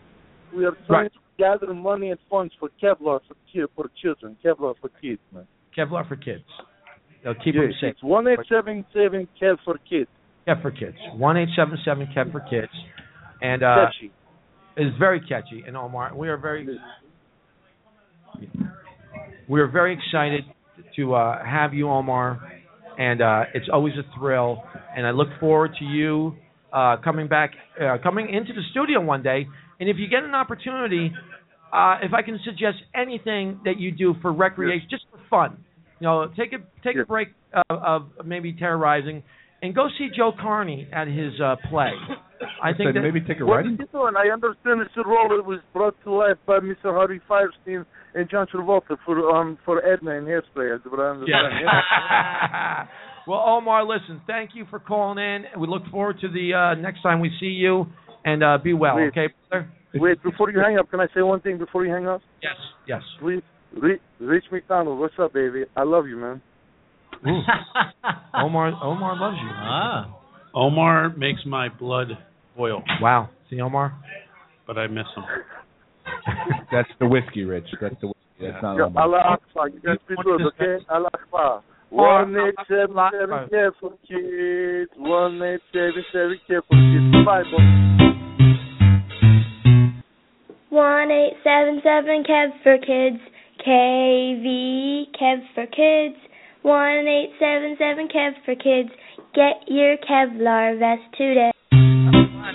L: We are trying
C: Right.
L: to gather money and funds for Kevlar for ki- for children, Kevlar for kids, man.
C: Kevlar for Kids. They'll keep
L: yeah,
C: them safe.
L: It's one eight seven seven Kev for kids.
C: Kev for Kids. One eight seven seven Kev for Kids. And uh,
L: Catchy.
C: it's very catchy. And Omar, we are very we are very excited to uh, have you, Omar. And uh, it's always a thrill. And I look forward to you uh, coming back, uh, coming into the studio one day. And if you get an opportunity, uh, if I can suggest anything that you do for recreation, just for fun, you know, take a take a break uh, of maybe terrorizing, and go see Joe Carney at his uh, play. I think that,
L: What is it doing? I understand it's a role that was brought to life by Mr. Harry Firestein and John Travolta for um for Edna and Hairspray. That's what I understand.
C: well, Omar, listen, thank you for calling in. We look forward to the uh, next time we see you, and uh, be well,
L: Please.
C: okay, brother? *laughs*
L: Wait, before you hang up, can I say one thing before you hang up?
C: Yes. Yes.
L: Please, Rich, Rich McDonald, what's up, baby? I love you, man.
C: Omar, Omar loves you.
G: Ah.
E: Omar makes my blood boil.
C: Wow. See, Omar?
E: But I miss him.
D: That's the whiskey, Rich. That's the whiskey. That's not
L: Yo,
D: Omar.
L: Allah Akbar. You guys be good, okay? Allah Akbar.
D: Or
L: One eight seven seven
D: Akbar.
L: care for kids. One eight seven seven care for kids. Bye, boy.
M: One eight seven seven Kev for kids. K V Kev for kids. One eight seven seven Kev for kids. Get your Kevlar vest today.
D: I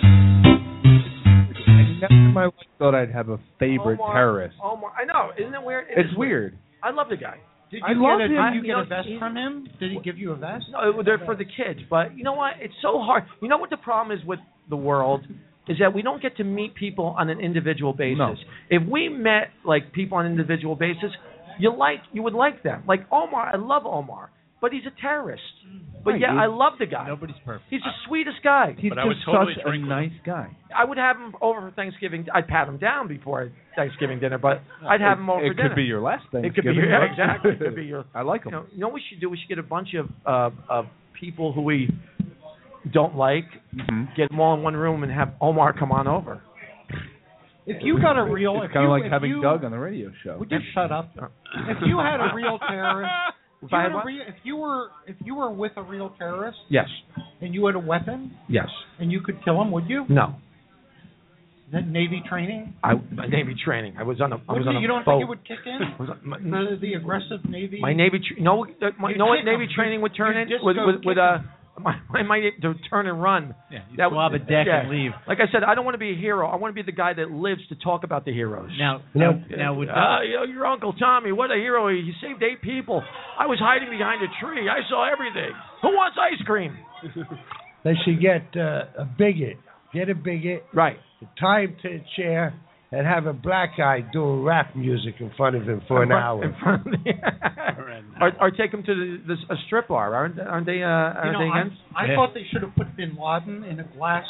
D: never in my life thought I'd have a favorite
C: Omar,
D: terrorist.
C: Omar, I know. Isn't it weird? It
D: It's
C: is
D: weird.
C: I love the guy.
D: Did
H: I love him.
C: I-
H: Did you get
C: know,
H: a vest
C: he-
H: from him? Did he give you a vest?
C: No, it- uh, they're for the kids. But you know what? It's so hard. You know what the problem is with the world is that we don't get to meet people on an individual basis. If we met like people on an individual basis, you like you would like them. Like Omar, I love Omar, but he's a terrorist. But
D: Right,
C: yeah,
D: dude.
C: I love the guy.
G: Nobody's perfect.
C: He's the sweetest guy.
D: He's
E: But I would
D: just
E: totally
D: such a
E: drink with
D: nice guy.
C: I would have him over for Thanksgiving. I'd pat him down before Thanksgiving dinner, but I'd have him over
D: It
C: for
D: could
C: dinner.
D: be your last Thanksgiving.
C: It could be your yeah, exactly. It could be your.
D: *laughs* I like him.
C: You know, you know what we should do? We should get a bunch of uh, of people who we don't like,
D: Mm-hmm.
C: get them all in one room, and have Omar come on over.
H: If you got a real,
D: It's
H: if
D: kind
H: you-
D: of like
H: if
D: having
H: you-
D: Doug on the radio show.
H: Would you shut up?
C: if
H: If you had a real
C: *laughs*
H: terrorist, if
C: I had
H: you, had a
C: what?
H: real, if you were if you were with a real terrorist
C: Yes.
H: and you had a weapon
C: Yes.
H: and you could kill him, would you?
C: No.
H: Then Navy training.
C: I my Navy training. I was on a. I was
H: Wouldn't
C: on
H: you,
C: a
H: you don't
C: boat.
H: think it would kick in?
C: I was on- my,
H: the, the aggressive Navy.
C: my Navy. Tr- no. Uh, my,
H: You'd
C: you know what
H: kick
C: Navy
H: 'em. *laughs*
C: training would turn
H: You'd
C: in
H: just
C: with
H: go
C: with,
H: kick
C: with uh. *laughs* My, my, my to turn and run.
G: Yeah, you
C: That
G: swab a
C: would-
G: deck
C: yeah.
G: and leave.
C: Like I said, I don't want to be a hero. I want to be the guy that lives to talk about the heroes.
G: Now,
C: Nope.
G: now, now would
C: Ah, you know, your Uncle Tommy, what a hero. He saved eight people. I was hiding behind a tree. I saw everything. Who wants ice cream?
F: They should get uh, a bigot. Get a bigot.
C: Right.
F: Tie him to a chair and have a black guy doing rap music in front of him for an
C: In
F: hour.
C: front- in front of
F: *laughs*
C: the- or, or take them to the, the, a strip bar. Aren't, aren't they, uh,
H: You
C: aren't
H: know,
C: they
H: I,
C: against?
H: I thought they should have put Bin Laden in a glass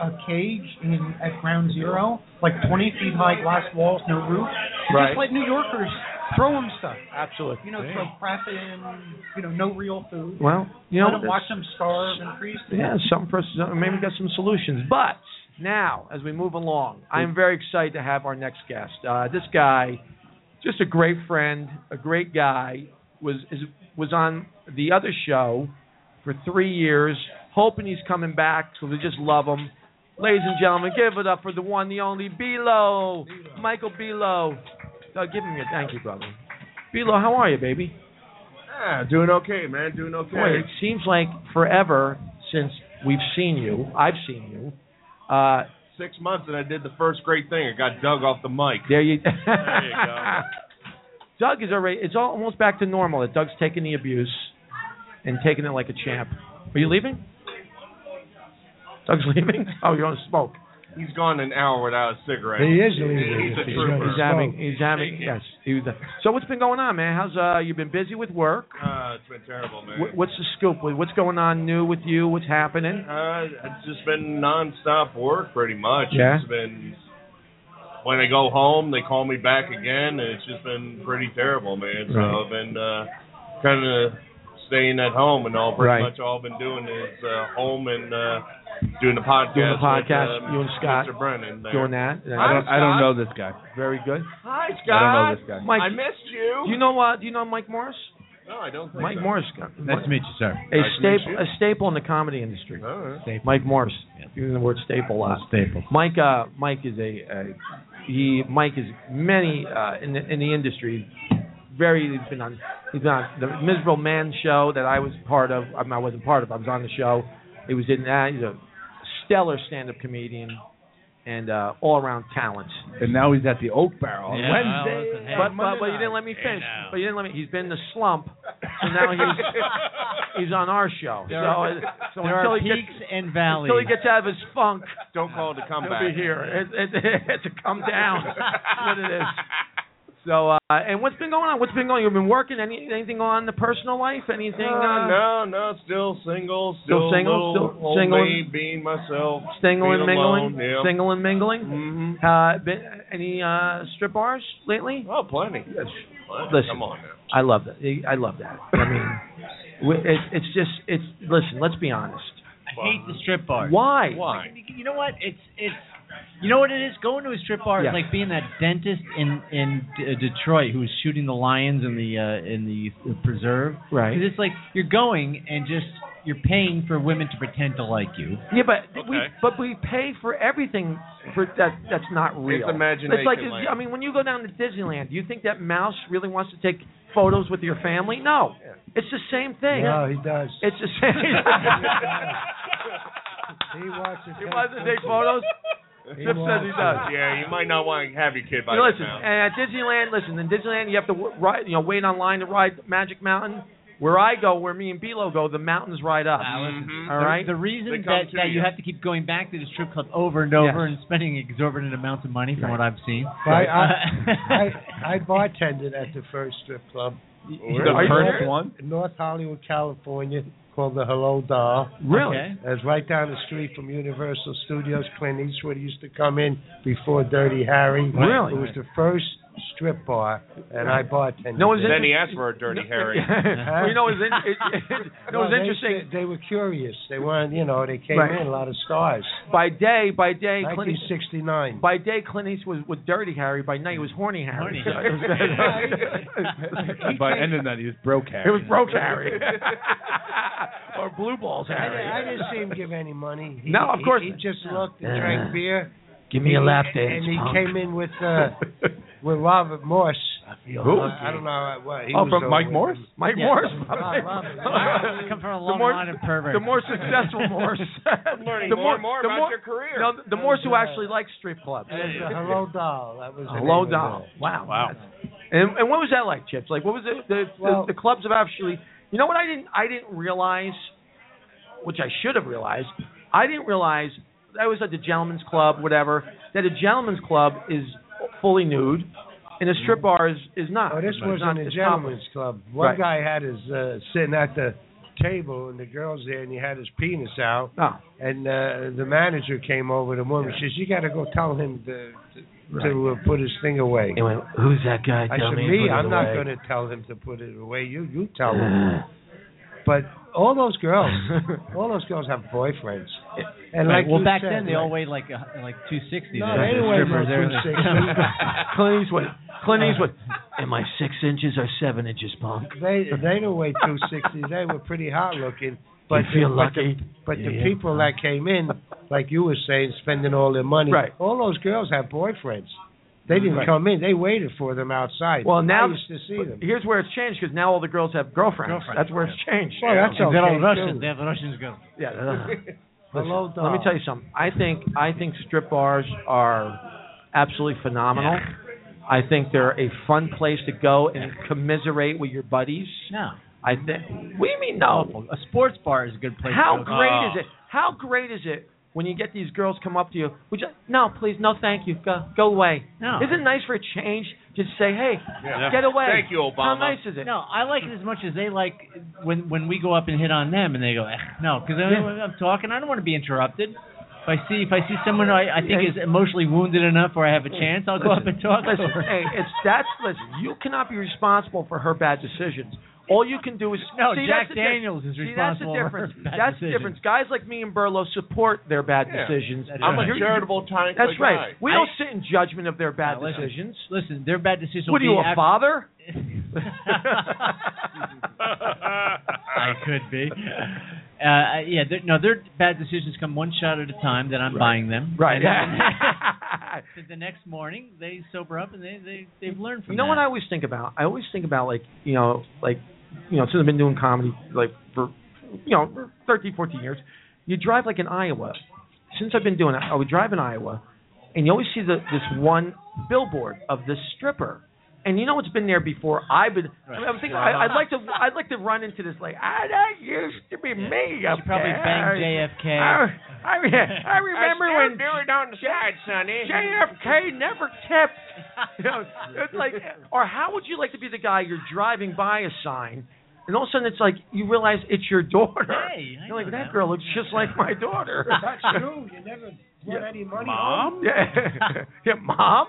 H: a cage in at Ground Zero, like 20 feet high glass walls, no roof.
C: Right.
H: Just let New Yorkers throw them stuff.
C: Absolutely.
H: You know, throw crap in. You know, no real food.
C: Well, you know,
H: let them watch them starve and freeze. to
C: yeah, something for us, maybe we got some solutions. But Now, as we move along, I'm very excited to have our next guest. Uh, this guy, just a great friend, a great guy, was is, was on the other show for three years, hoping he's coming back, so they just love him. Ladies and gentlemen, give it up for the one, the only Bilo, Michael Bilo. Uh, give him your thank you, brother. Bilo, how are you, baby?
N: Yeah, doing okay, man. Doing okay.
C: Boy, it seems like forever since we've seen you. I've seen you. Uh,
N: Six months and I did the first great thing. I got dug off the mic.
C: There you- *laughs*
N: *laughs* there you go.
C: Doug is already. It's al- almost back to normal. That Doug's taking the abuse and taking it like a champ. Are you leaving? Doug's
N: *laughs*
C: leaving. Oh, you're on smoke.
N: He's gone an hour without a cigarette.
C: He is
N: He's
C: leaving.
N: a trooper.
C: He's having. He's having. Yes. He was- so what's been going on, man? How's uh? You've been busy with work.
N: Uh, it's been terrible, man.
C: Wh- What's the scoop? What's going on new with you? What's happening?
N: Uh, it's just been nonstop work, pretty much.
C: Yeah.
N: It's been when I go home, they call me back again, and it's just been pretty terrible, man. So
C: Right.
N: I've been uh, kind of staying at home, and all pretty
C: Right.
N: much all I've been doing is uh, home and uh, doing the podcast.
C: Doing the podcast,
N: with, uh,
C: you and Scott
N: Mr. Brennan. There.
C: Doing that.
N: Hi, Scott.
C: this guy. Very good.
N: Hi, Scott.
C: know this guy. Mike-
N: I missed you.
C: Do you know uh, Do you know Mike Morris?
N: No, I don't think
C: Mike
N: so.
C: Morris.
N: Nice to meet you, sir.
C: A
N: Nice to meet
C: staple,
N: you.
C: a staple in the comedy industry.
N: All right.
C: Staple. Mike Morris. Using the word staple a lot.
G: Staple.
C: Mike. Uh, Mike is a. Uh, he. Mike is many uh, in the in the industry. Very. He's been on. He's been on the Miserable Man show that I was part of. I, mean, I wasn't part of. I was on the show. He was in that. He's a stellar stand-up comedian and uh, all-around talent.
K: And now he's at the Oak Barrel on
C: Yeah,
K: Wednesday.
C: but, but, but you didn't let me finish. But you didn't let me. He's been in the slump, so now
G: *laughs*
C: he's he's on our show.
G: There
C: so
G: are-
C: uh, so
G: there
C: until
G: are
C: he gets
G: peaks and valleys.
C: until he gets out of his funk,
N: don't call it a comeback.
C: He'll be here. It, it, *laughs* it's a come
G: *laughs*
C: down.
N: *laughs*
C: That's what it is. So uh, and what's been going on? What's been going? on? You've been working. Any anything on in the personal life? Anything?
N: Uh,
C: Uh,
N: no, no, still single,
C: Still
N: still,
C: single,
N: little
C: still
N: old
C: single
N: me,
C: and-
N: being myself,
C: Single
N: being
C: and mingling.
N: alone, yeah.
C: Single and mingling. Mm-hmm. Uh, been, any uh, strip bars lately?
N: Oh, plenty. Yes.
C: Listen,
N: Come on now.
C: I love that. I love that. I mean, *laughs* we- it, it's just it's. Listen, let's be honest.
G: I hate the strip bar.
C: Why?
G: Why? You know what? It's it's. You know what it is? Going to a strip bar
C: Yeah.
G: is like being that dentist in in D- Detroit who's shooting the lions in the uh, in the preserve.
C: Right.
G: 'Cause it's like you're going and just you're paying for women to pretend to like you.
C: Yeah, but we but we pay for everything for that that's not real.
G: imagination
C: It's like
G: land.
C: I mean, when you go down to Disneyland, do you think that mouse really wants to take photos with your family? No, it's the same thing.
F: No, he does.
C: It's the
G: *laughs*
C: same.
F: *laughs* He watches.
C: he wants to take photos. Chip says he does.
N: *laughs* Yeah, you might not want to have your kid by
C: You know,
N: the
C: listen, and at Disneyland, listen, in Disneyland, you have to w- ride, you know, wait online to ride Magic Mountain. Where I go, where me and Bilo go, the mountains ride up. All
G: The-
C: right.
G: The, reason that, that you have to keep going back to the strip club over and
C: Yes.
G: over and spending exorbitant amounts of money, from what I've seen.
F: I,
G: *laughs*
F: I,
G: Uh,
F: I, I bartended at the first strip club.
G: The Are you first serious?
F: one? In North Hollywood, California, called the Hello Doll.
G: Really? Okay.
F: It was right down the street from Universal Studios. Clint Eastwood used to come in before Dirty Harry.
N: Really?
F: It was the first strip bar, and I bartended.
N: No,
F: it.
N: then he asked for
C: *laughs*
N: a dirty Harry.
F: Huh?
C: you know, it's in, it, it, no,
K: *laughs*
C: it's
F: they-
C: interesting.
F: They, were curious. They weren't, you know, they came
C: Right.
F: in a lot of stars.
C: By day, by day, Clint Eastwood-
F: 1969.
C: By day, Clint Eastwood was, was Dirty Harry. By night, he was Horny Harry.
F: Horny
C: So it *laughs* was-
F: Harry.
K: By the end of that, he was broke
C: It
K: Harry.
C: was Broke
F: *laughs*
C: Harry. *laughs* or Blue Balls
F: I didn't,
C: Harry.
F: I didn't see him give any money. He,
C: No, of
F: he-
C: course
F: He,
C: not.
F: just looked and drank beer.
C: Give me a
F: He-
C: lap dance,
F: And he
C: punk.
F: came in with uh, with Robert Morse.
C: Who?
F: I, I don't know uh, what. He
C: oh,
F: was
C: from
F: over
C: Mike
F: with
C: Morse?
F: him.
C: Mike
F: Yeah.
C: Morse?
F: Rob-
C: *laughs*
F: Robert.
G: I come from a
C: the
G: long
C: more,
G: line of perverts.
C: The *laughs* more
F: *laughs*
C: successful Morse.
N: I'm learning
C: the
N: more and more
C: the
N: about
C: more,
N: your career.
C: No, the
N: That
C: Morse who
N: was, uh,
C: actually *laughs* likes strip clubs.
F: That was the Hello Doll. That was the name
C: Hello
F: of
C: Doll.
F: it.
C: Wow. Wow. And and what was that like, Chips? Like what was it, the the,
F: Well-
C: the clubs have actually? You know what I didn't I didn't realize, which I should have realized. I didn't realize I was at the gentleman's club, whatever. That a gentleman's club is fully nude, and a strip bar is is not.
F: Mm-hmm. Oh, this
C: It's not-
F: wasn't a
C: it's
F: gentleman's club. One
C: Right.
F: guy had his uh, sitting at the table, and the girls there, and he had his penis out.
C: Oh.
F: And uh, the manager came over. The woman says, "You got to go tell him to to, to uh, put his thing away."
C: He went, "Who's that guy?
F: I
C: Tell
F: said,
C: me to
F: "Me,
C: put it
F: I'm not
C: away." *sighs*
F: going to tell him to put it away. You, you tell him." But all those girls,
C: *laughs*
F: all those girls have boyfriends. And
G: Right,
F: like
G: well,
F: you
G: back
F: said,
G: then they
F: like-
G: all weighed like a, like 260.
F: No,
G: They're
F: they
G: the
F: weighed
G: strippers.
F: no
G: They're
F: 260.
O: Clint Eastwood. Clint Eastwood. Am I six inches or seven inches, punk?
F: They they didn't weigh two sixty. They were pretty hot looking. But
O: You feel
F: the,
O: lucky?
F: But the, but the
O: Yeah.
F: people that came in, like you were saying, spending all their money.
C: Right.
F: All those girls have boyfriends. They didn't
C: Right.
F: come in. They waited for them outside.
C: Well, now
F: I used to see
C: but
F: them.
C: Here's where it's changed because now all the girls have girlfriends.
F: Girlfriends,
C: That's where it's changed.
F: Well, that's
C: Yeah.
F: okay, They're all Russians. too.
G: They have Russians go.
C: Yeah. they're- Listen,
F: *laughs* Hello,
C: let me
F: doll.
C: tell you something. I think I think strip bars are absolutely phenomenal. I think they're a fun place to go and commiserate with your buddies.
G: No.
C: I think. What do you mean no?
G: A sports bar is a good place.
C: How
G: to go. Oh.
C: great is it? How great is it when you get these girls come up to you? Would you? No, please, no, thank you. Go, go away.
G: No.
C: Isn't it nice for a change? Just say, hey,
G: Yeah.
C: get away.
G: Thank you,
C: How
G: Obama.
C: nice is it?
G: No, I like it as much as they like when when we go up and hit on them, and they go, "Eh, no, because
C: Yeah.
G: I'm talking. I don't want to be interrupted. If I see if I see someone I, I think
C: Yeah.
G: is emotionally wounded enough, or I have a chance, I'll go up and talk
C: Listen,
G: to her.
C: hey, it's that's listen. You cannot be responsible for her bad decisions. All you can do is
G: No,
C: See, that's
G: Jack
C: the di-
G: Daniels is
C: See, that's the
G: responsible for
C: difference.
G: her
C: that's
G: bad
C: the
G: decisions.
C: difference. Guys like me and Burlow support their bad
G: Yeah.
C: decisions.
G: That's I'm a right. charitable
C: type.
G: of
C: That's right.
G: guy.
C: We
G: I-
C: don't sit in judgment of their bad
G: Now, listen.
C: decisions.
G: Listen, their bad decisions.
C: What are
G: will
C: you, a
G: be after-
C: father?
G: *laughs* I could be. Uh, yeah, they're, no, their bad decisions come one shot at a time. That I'm buying them.
C: Right.
G: And
C: *laughs*
G: then- the next morning they sober up and they they they've learned from.
C: you know what I always think about? I always think about like you know like you know since I've been doing comedy like for you know for 13, 14 years, you drive like in Iowa. Since I've been doing it, I would drive in Iowa, and you always see the, this one billboard of this stripper. And you know what's been there before? I would. I mean, I'm thinking. I, I'd like to. I'd *laughs* like to run into this. Like I, that used to be me. Up
G: She probably
C: there.
G: banged JFK.
C: I, I, *laughs* I remember
G: I still
C: when
G: do it
C: on the side, Sonny. JFK never tipped. You know, it's like, or how would you like to be the guy you're driving by a sign, and all of a sudden it's like you realize it's your daughter.
F: Hey, I
C: you're like
F: know
C: that,
F: that
C: girl looks just like my daughter. *laughs*
F: That's true. You never brought any money. home.
C: Yeah, *laughs* yeah, mom.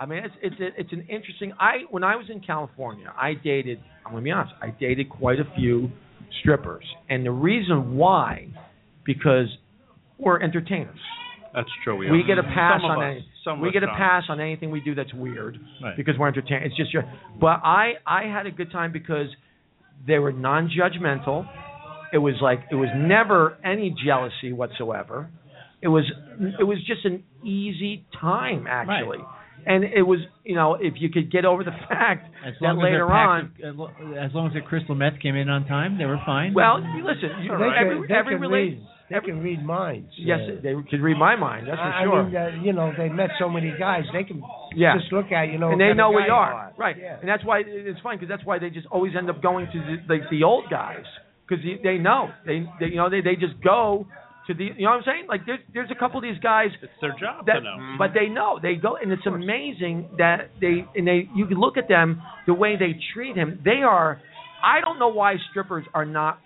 C: I mean, it's it's a, it's an interesting. I when I was in California, I dated. I'm gonna be honest. I dated quite a few strippers, and the reason why, because we're entertainers.
E: That's true. We,
C: We
E: are.
C: get a pass
E: Some of
C: on
E: us.
C: any,
E: Some
C: we
E: of
C: get a
E: us, John.
C: pass on anything we do that's weird
E: Right.
C: because we're entertained. It's just your, but I I had a good time because they were non-judgmental. It was like it was never any jealousy whatsoever. It was it was just an easy time actually, and it was you know if you could get over the fact
G: As
C: that
G: long as their
C: later on.
G: packs of- as lo- as long as the crystal meth came in on time, they were fine.
C: Well, you- listen, you,
F: They can,
C: every
F: they
C: every
F: can
C: rela-
F: read. They can read minds.
C: yes,
F: Yeah.
C: they could read my mind. That's for
F: I,
C: sure.
F: I mean, uh, you know, they met so many guys. They can
C: Yeah.
F: just look at you know,
C: and they know
F: what
C: we
F: kind of guy
C: are,
F: you
C: right? And that's why it's funny because that's why they just always end up going to the, like the old guys because they know they, they you know they they just go to the you know what I'm saying? Like there's there's a couple of these guys. It's
E: their job
C: that,
E: to know.
C: but they know they go, and it's amazing that they and they you can look at them the way they treat him. They are, I don't know why strippers are not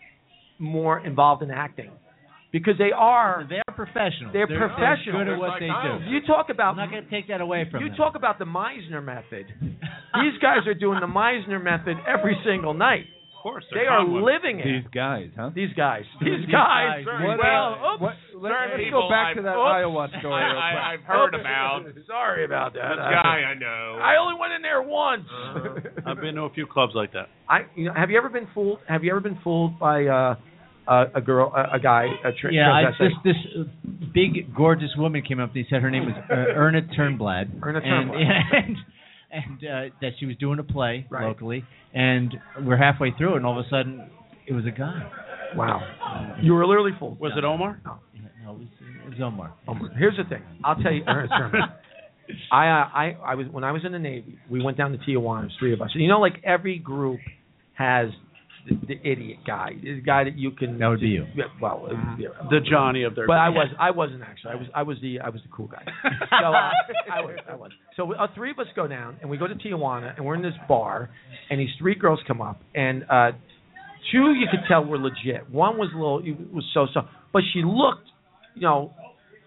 C: more involved in acting because they are
G: they are professionals.
C: They're,
G: They're- they're
C: professional.
G: good at what they do.
C: You talk about
G: I'm not going to take that away from
C: you
G: them.
C: talk about the Meisner method. These guys are doing the Meisner method every single night.
E: Of course,
C: They
E: they're
C: are
E: con women.
C: living it.
K: These guys, huh?
C: These guys. These
K: These
C: guys.
K: guys. What,
C: well, oh,
K: uh,
C: oops.
K: what- let- Certain let's go people back I've- to that oops. Iowa story real
C: I,
K: quick.
C: I,
K: I've heard
C: about. Sorry about that. I-
E: This guy I
N: *laughs*
E: know.
C: I only went in there once.
E: Uh, I've been to a few clubs like that.
C: I you know, have you ever been fooled? Have you ever been fooled by uh, uh, a girl, a, a guy, a tra-
G: yeah, I,
C: transvestite?
G: this this uh, big gorgeous woman came up and he said her name was
C: *laughs*
G: uh, Erna Turnblad.
C: Erna
G: And-
C: Turnblad.
G: And, and, uh, that she was doing a play
C: Right.
G: locally, and we're halfway through, it, and all of a sudden it was a guy.
C: Wow, you were literally fooled.
G: Was
E: it Omar?
C: No,
G: no, it was, it was Omar.
C: Omar. Here's the thing. I'll tell
G: *laughs*
C: you, Ernest Herman. *laughs* I, uh, I, I was when I was in the Navy. We went down to Tijuana. There's three of us. You know, like every group has the, the idiot guy, the guy that you can. That would
G: be you.
C: Yeah, well, it would be-
E: The Johnny of their. *laughs*
C: but I was, I wasn't actually. I was, I was the, I was the cool guy. So uh, I was, I was. So we- uh, three of us go down and we go to Tijuana and we're in this bar, and these three girls come up and uh, two you could tell were legit. One was a little, it was so so, but she looked, you know,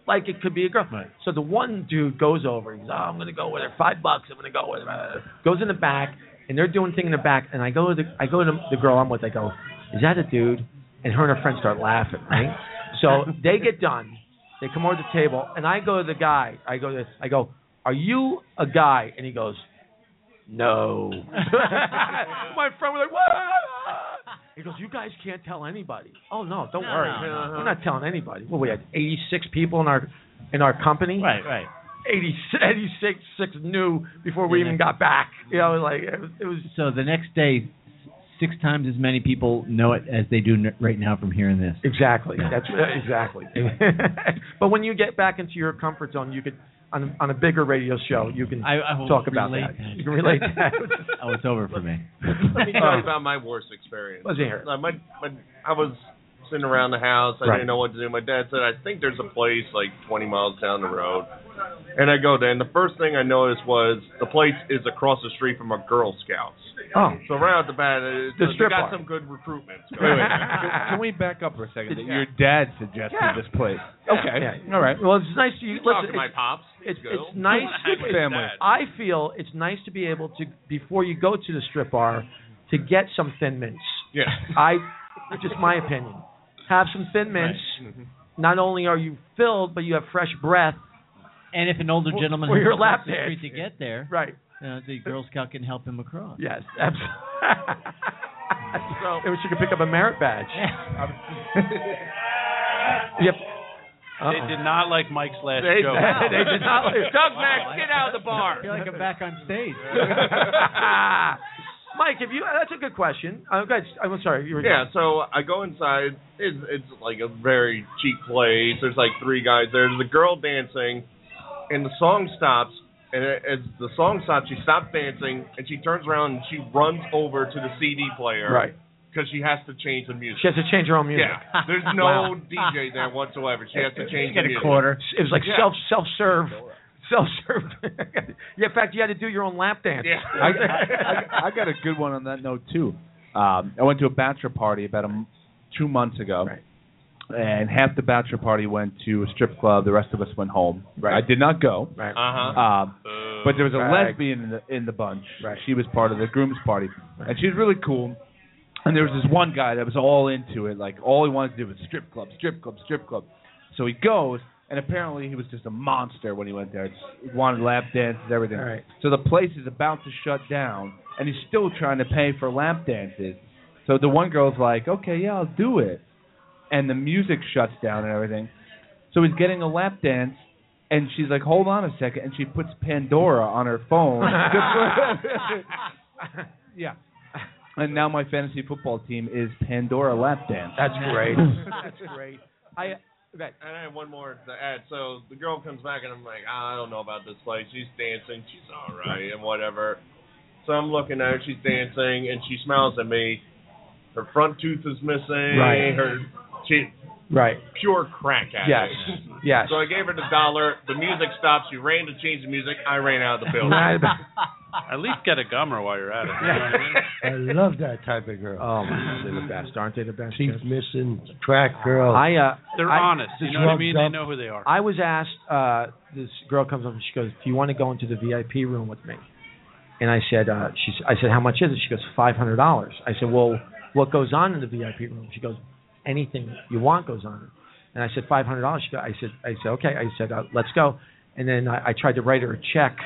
C: like it could be a girl. So the one dude goes over. He's, oh, I'm gonna go with her. Five bucks. I'm gonna go with her. Goes in the back, and they're doing thing in the back. And I go to the, I go to the, the girl I'm with. I go, is that a dude? And her and her friend start laughing,
G: *laughs*
C: right? *laughs* So they get done. They come over to the table, and I go to the guy. I go, to, I go, are you a guy? And he goes, no. My friend was like, what? He goes, you guys can't tell anybody. Oh no, don't
E: No,
C: worry.
E: no,
C: *laughs*
E: no.
C: We're not telling anybody. Well, we had 86 people in our in our company.
E: Right, right.
C: 80, 86 six new before we
G: Yeah.
C: even got back. You know, like it was, it was
G: So the next day, s- six times as many people know it as they do n- right now from hearing this.
C: Exactly.
G: That's
C: exactly. *laughs* but when you get back into your comfort zone, you could on on a bigger radio show, you can
G: I will
C: talk about
G: relate
C: that. You can relate
G: *laughs*
C: that.
G: oh, it's over for me.
N: Let me tell you about my worst experience.
C: Let's hear it.
N: Like, My, my, I was sitting around the house. I
C: Right.
N: didn't know what to do. My dad said, I think there's a place like 20 miles down the road. And I go there, and the first thing I noticed was the place is across the street from a Girl Scouts.
C: Oh.
N: So right off the bat, it,
K: The
N: so
K: strip
N: they got
K: bar.
N: some good recruitments.
K: Wait,
N: going.
K: wait. Can, can we back up for a second? That
N: Yeah.
K: Your dad suggested
N: Yeah.
K: this place.
N: Yeah.
K: Okay.
C: Yeah.
K: All right.
C: Well, it's nice you,
N: You
C: listen.
N: talk to
C: it's-
N: my pops.
C: It's,
N: Go.
C: it's nice.
N: Good
C: it's-
N: family.
C: I feel it's nice to be able to before you go to the strip bar to get some thin mints.
N: Yeah.
C: I just my opinion. Have some thin mints. Not only are you filled, but you have fresh breath.
G: And if an older
C: For-
G: gentleman
C: for
G: has
C: your
G: to
C: lap
G: cross the
C: dance.
G: street to get there,
C: right?
G: Uh, the Girl Scout can help him across.
C: Yes, absolutely. *laughs* I wish you could pick up a merit badge.
N: *laughs*
C: yep.
E: They did not like Mike's
C: *laughs*
E: last
C: They-
E: joke.
C: *laughs* they did not like- Doug Mack,
E: get out of the bar.
G: I feel like I'm back on stage.
C: *laughs* Mike, if you that's a good question. I'm, good. I'm sorry. You were
N: Yeah, so I go inside. It's, it's like a very cheap place. There's like three guys there. There's a girl dancing, and the song stops. And as the song stops, she stops dancing, and she turns around and she runs over to the CD player.
C: Right.
N: Because she has to change the music.
C: She has to change her own music.
N: Yeah. There's
C: *laughs*
N: no
C: Wow.
N: DJ there whatsoever. She has to change the music.
C: It was like
N: Yeah.
C: self self serve, self serve. *laughs* yeah, in fact, you had to do your own lap dance. *laughs*
N: Yeah.
K: *laughs* I, I, I got a good one on that note too. Um, I went to a bachelor party about a m- two months ago, and half the bachelor party went to a strip club. The rest of us went home.
C: Right.
K: I did not go.
C: Right.
N: Uh-huh.
K: Um,
N: Uh,
K: but there was a
N: bag.
K: lesbian in the in the bunch. Right. She was part of the groom's party, and she was really cool. And there was this one guy that was all into it. Like all he wanted to do was strip club, strip club, strip club. So he goes, and apparently he was just a monster when he went there. Just wanted lap dances, everything.
C: All right.
K: So the place is about to shut down, and he's still trying to pay for lap dances. So the one girl's like, "Okay, yeah, I'll do it," and the music shuts down and everything. So he's getting a lap dance, and she's like, "Hold on a second. and she puts Pandora on her
E: *laughs*
K: phone. yeah. And now my fantasy football team is Pandora lap dance.
C: That's
K: *laughs*
C: great. That's great. I okay.
N: And I have one more to add. So the girl comes back and I'm like, I don't know about this place. She's dancing. She's all right and whatever. So I'm looking at her. She's dancing and she smiles at me. Her front tooth is missing.
C: Right.
N: Her she
C: Right.
N: pure crack addict.
C: Yes. Yes.
N: So I gave her the dollar. The music stopped. She ran to change the music. I ran out of the building. *laughs*
C: Right.
E: At least get a gummer while you're at it. You know what I mean?
F: I love that type of girl.
C: Oh my God, they're the best, aren't they? The best.
F: She's missing track girl.
C: I uh,
E: They're
C: I-
E: honest. You know what I mean? They know who they are.
C: I was asked. Uh, this girl comes up and she goes, "Do you want to go into the VIP room with me?" And I said, uh, "She." s- I said, "How much is it?" She goes, 500 dollars." I said, "Well, what goes on in the VIP room?" She goes, "Anything you want goes on." And I said, 500 dollars." She go, I said, "I said okay." I said, uh, "Let's go." And then I, I tried to write her a check,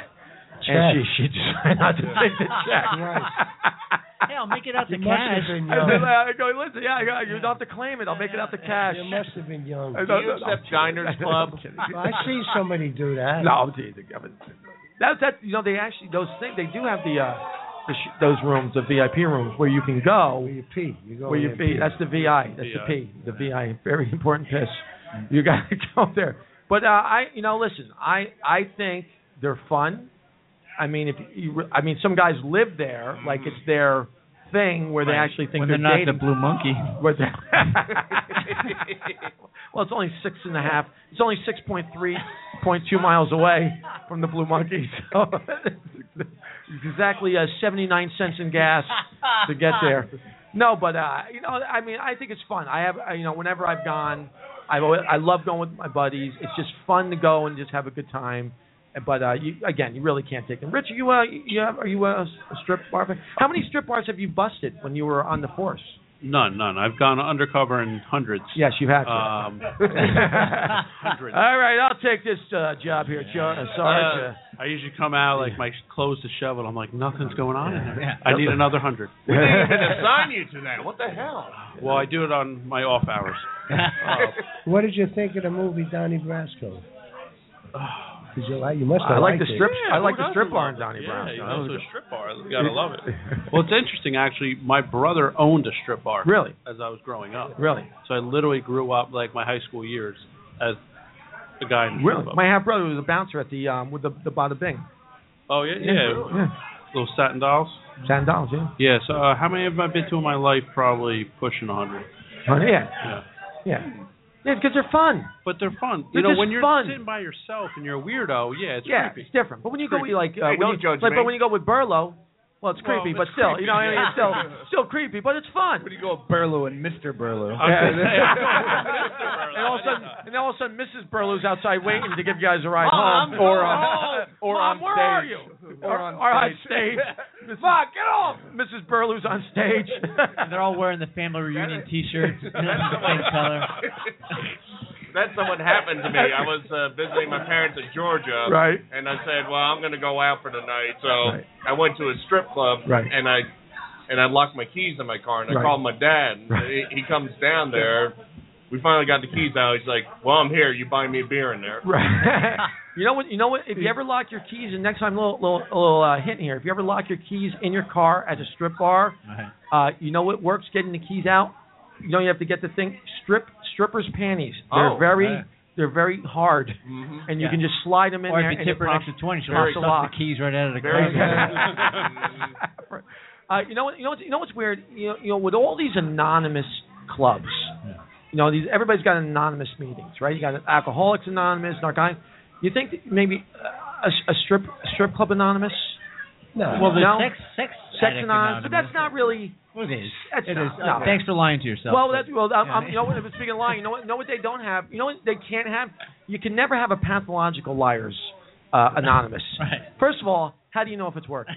C: and
F: Check.
C: she she *laughs* decided not to take the check.
G: *laughs* Hey, I'll make it out
F: You
G: to
F: must
G: cash.
F: have been
C: *laughs* I said,
F: young.
C: I go, listen, yeah, I go, you don't have to claim it. I'll make it out to cash.
F: You must have been young.
C: I don't- Do you I'm accept kidding. *laughs* Diners Club? I'm kidding.
F: I see somebody do that.
C: No, I'm teasing. I'm teasing. That's that. You know, they actually those things. They do have the, uh, the sh- those rooms, the VIP rooms, where you can go. Where you
F: pee. You go
C: Where
F: in
C: you
F: and
C: pee.
F: pee.
C: That's the VI. That's the
F: VI.
C: P. The VI. Very important piss. You got to *laughs* go there. But uh, I, you know, listen. I I think they're fun. I mean, if you, re- I mean, some guys live there, like it's their thing, where they
G: Mm-hmm. Right.
C: actually think
G: When
C: they're,
G: they're not
C: dating.
G: the Blue Monkey.
C: Where
G: *laughs*
C: *laughs* they're- well, it's only six and a half. It's only six point three point two miles away from the Blue Monkey. So *laughs* exactly uh, seventy nine cents in gas to get there. No, but uh, you know, I mean, I think it's fun. I have, I- you know, whenever I've gone, I've always, I love going with my buddies. It's just fun to go and just have a good time. And- But uh, you, again, you really can't take them. Rich, are uh, you uh, you have, are you a, a strip bar? fan? How many strip bars have you busted when you were on the force?
E: None, none. I've gone undercover in hundreds.
C: Yes, you have. To.
P: *laughs*
E: Um,
P: All right, I'll take this uh, job here, Joe. Uh, Sarge.
E: I usually come out like my clothes disheveled. I'm like, nothing's going on in there.
P: Yeah.
E: I need
P: *laughs*
E: another hundred.
N: We didn't even assign you to that. What the hell?
E: *laughs* Well, I do it on my
P: *laughs*
E: off hours.
F: What did you think of the movie
C: *sighs*
F: Donnie Brasco? Did you like? You must have
E: I like
F: liked
E: the
F: it.
E: strip- I like the
P: strip bar in Donnie
E: Yeah,
P: Brasco.
E: you
P: That
E: go to
P: was-
E: a strip bar. You gotta love it. Well, it's interesting actually. My brother owned a strip bar.
C: Really?
E: As I was growing up.
C: Really?
E: So I literally grew up like my high school years as a guy in a
C: Really?
E: strip bar.
C: My half brother was a bouncer at the um with the the Bada Bing.
E: Oh yeah, yeah.
C: yeah.
E: Little satin dolls.
C: Ten dollars, yeah.
E: Yeah. So uh, how many have I been to in my life? Probably pushing a hundred.
C: Oh, yeah.
E: Yeah.
C: Yeah. Yeah, because they're fun.
E: But they're fun.
C: They're
E: you know,
C: just
E: when you're
C: fun.
E: sitting by yourself and you're a weirdo, yeah, it's
C: yeah,
E: creepy.
C: it's different. But when you go
E: Creepy.
C: with like, uh,
E: Hey,
C: when
E: don't
C: you,
E: judge
C: like,
E: me.
C: but when you go with Burlo, well, it's
E: Well,
C: creepy,
E: it's
C: but still, you know, what I mean,
E: creepy,
C: it's *laughs* still,
E: yeah.
C: still creepy, but it's fun.
K: When you
C: *laughs*
K: go Burlow and Mr.
E: *laughs*
K: Burlow. *laughs*
C: and all of a sudden, and then all of a sudden, Mrs. Burlow's outside waiting to give you guys a ride
K: Mom,
C: home,
K: or
C: on,
K: on-
C: or
K: Mom,
C: on
K: where
C: stage.
K: are you?
C: Or,
K: Or on
C: or on *laughs*
K: stage.
C: stage. Mom, get off! Mrs. Burlow's on
G: *laughs*
C: stage.
G: They're all wearing the family reunion
C: *laughs*
G: T-shirts, same
N: *laughs*
G: color.
N: That's what happened to me. I was uh, visiting my parents in Georgia.
K: Right.
N: And I said, well, I'm going to go out for the night. So I went to a strip club.
K: Right.
N: And I and I locked my keys in my car. And I
K: Right.
N: called my dad. And he, he comes down there. We finally got the keys out. He's like, well, I'm here. You buy me a beer in there.
C: Right. *laughs* you know what? You know what? If you ever lock your keys, and next time, little little, little uh, hint here. If you ever lock your keys in your car at a strip bar, uh, you know what works? Getting the keys out. You know you have to get the thing strip strippers panties. They're
G: Oh,
C: very
G: yeah.
C: they're very hard,
J: Mm-hmm.
C: and you
G: Yeah.
C: can just slide them in
G: Or
C: there.
G: if you
C: and it
G: tip her an
C: pops-
G: extra twenty, she'll
C: very
G: suck
C: lock.
G: the keys right out of the
C: Very
G: car.
C: good. *laughs* uh, you know what? You know what? You know what's weird? You know, you know with all these anonymous clubs, you know these everybody's got anonymous meetings, right? You got Alcoholics Anonymous, narcotic. You think that maybe uh, a, a strip strip club anonymous?
G: No. Well, there's
C: no?
G: sex sex
C: sex
G: addict
C: anonymous, but that's not really.
G: It is.
C: That's
G: It
C: not-
G: is. uh,
C: no.
G: Thanks for lying to yourself.
C: Well, that's well. I'm,
G: Yeah,
C: I'm, you know
G: they-
C: what? If it's speaking of lying, you know what? Know what they don't have? You know what they can't have? You can never have a pathological liars uh, anonymous.
G: *laughs* Right.
C: First of all, how do you know if it's
G: *laughs*
C: working?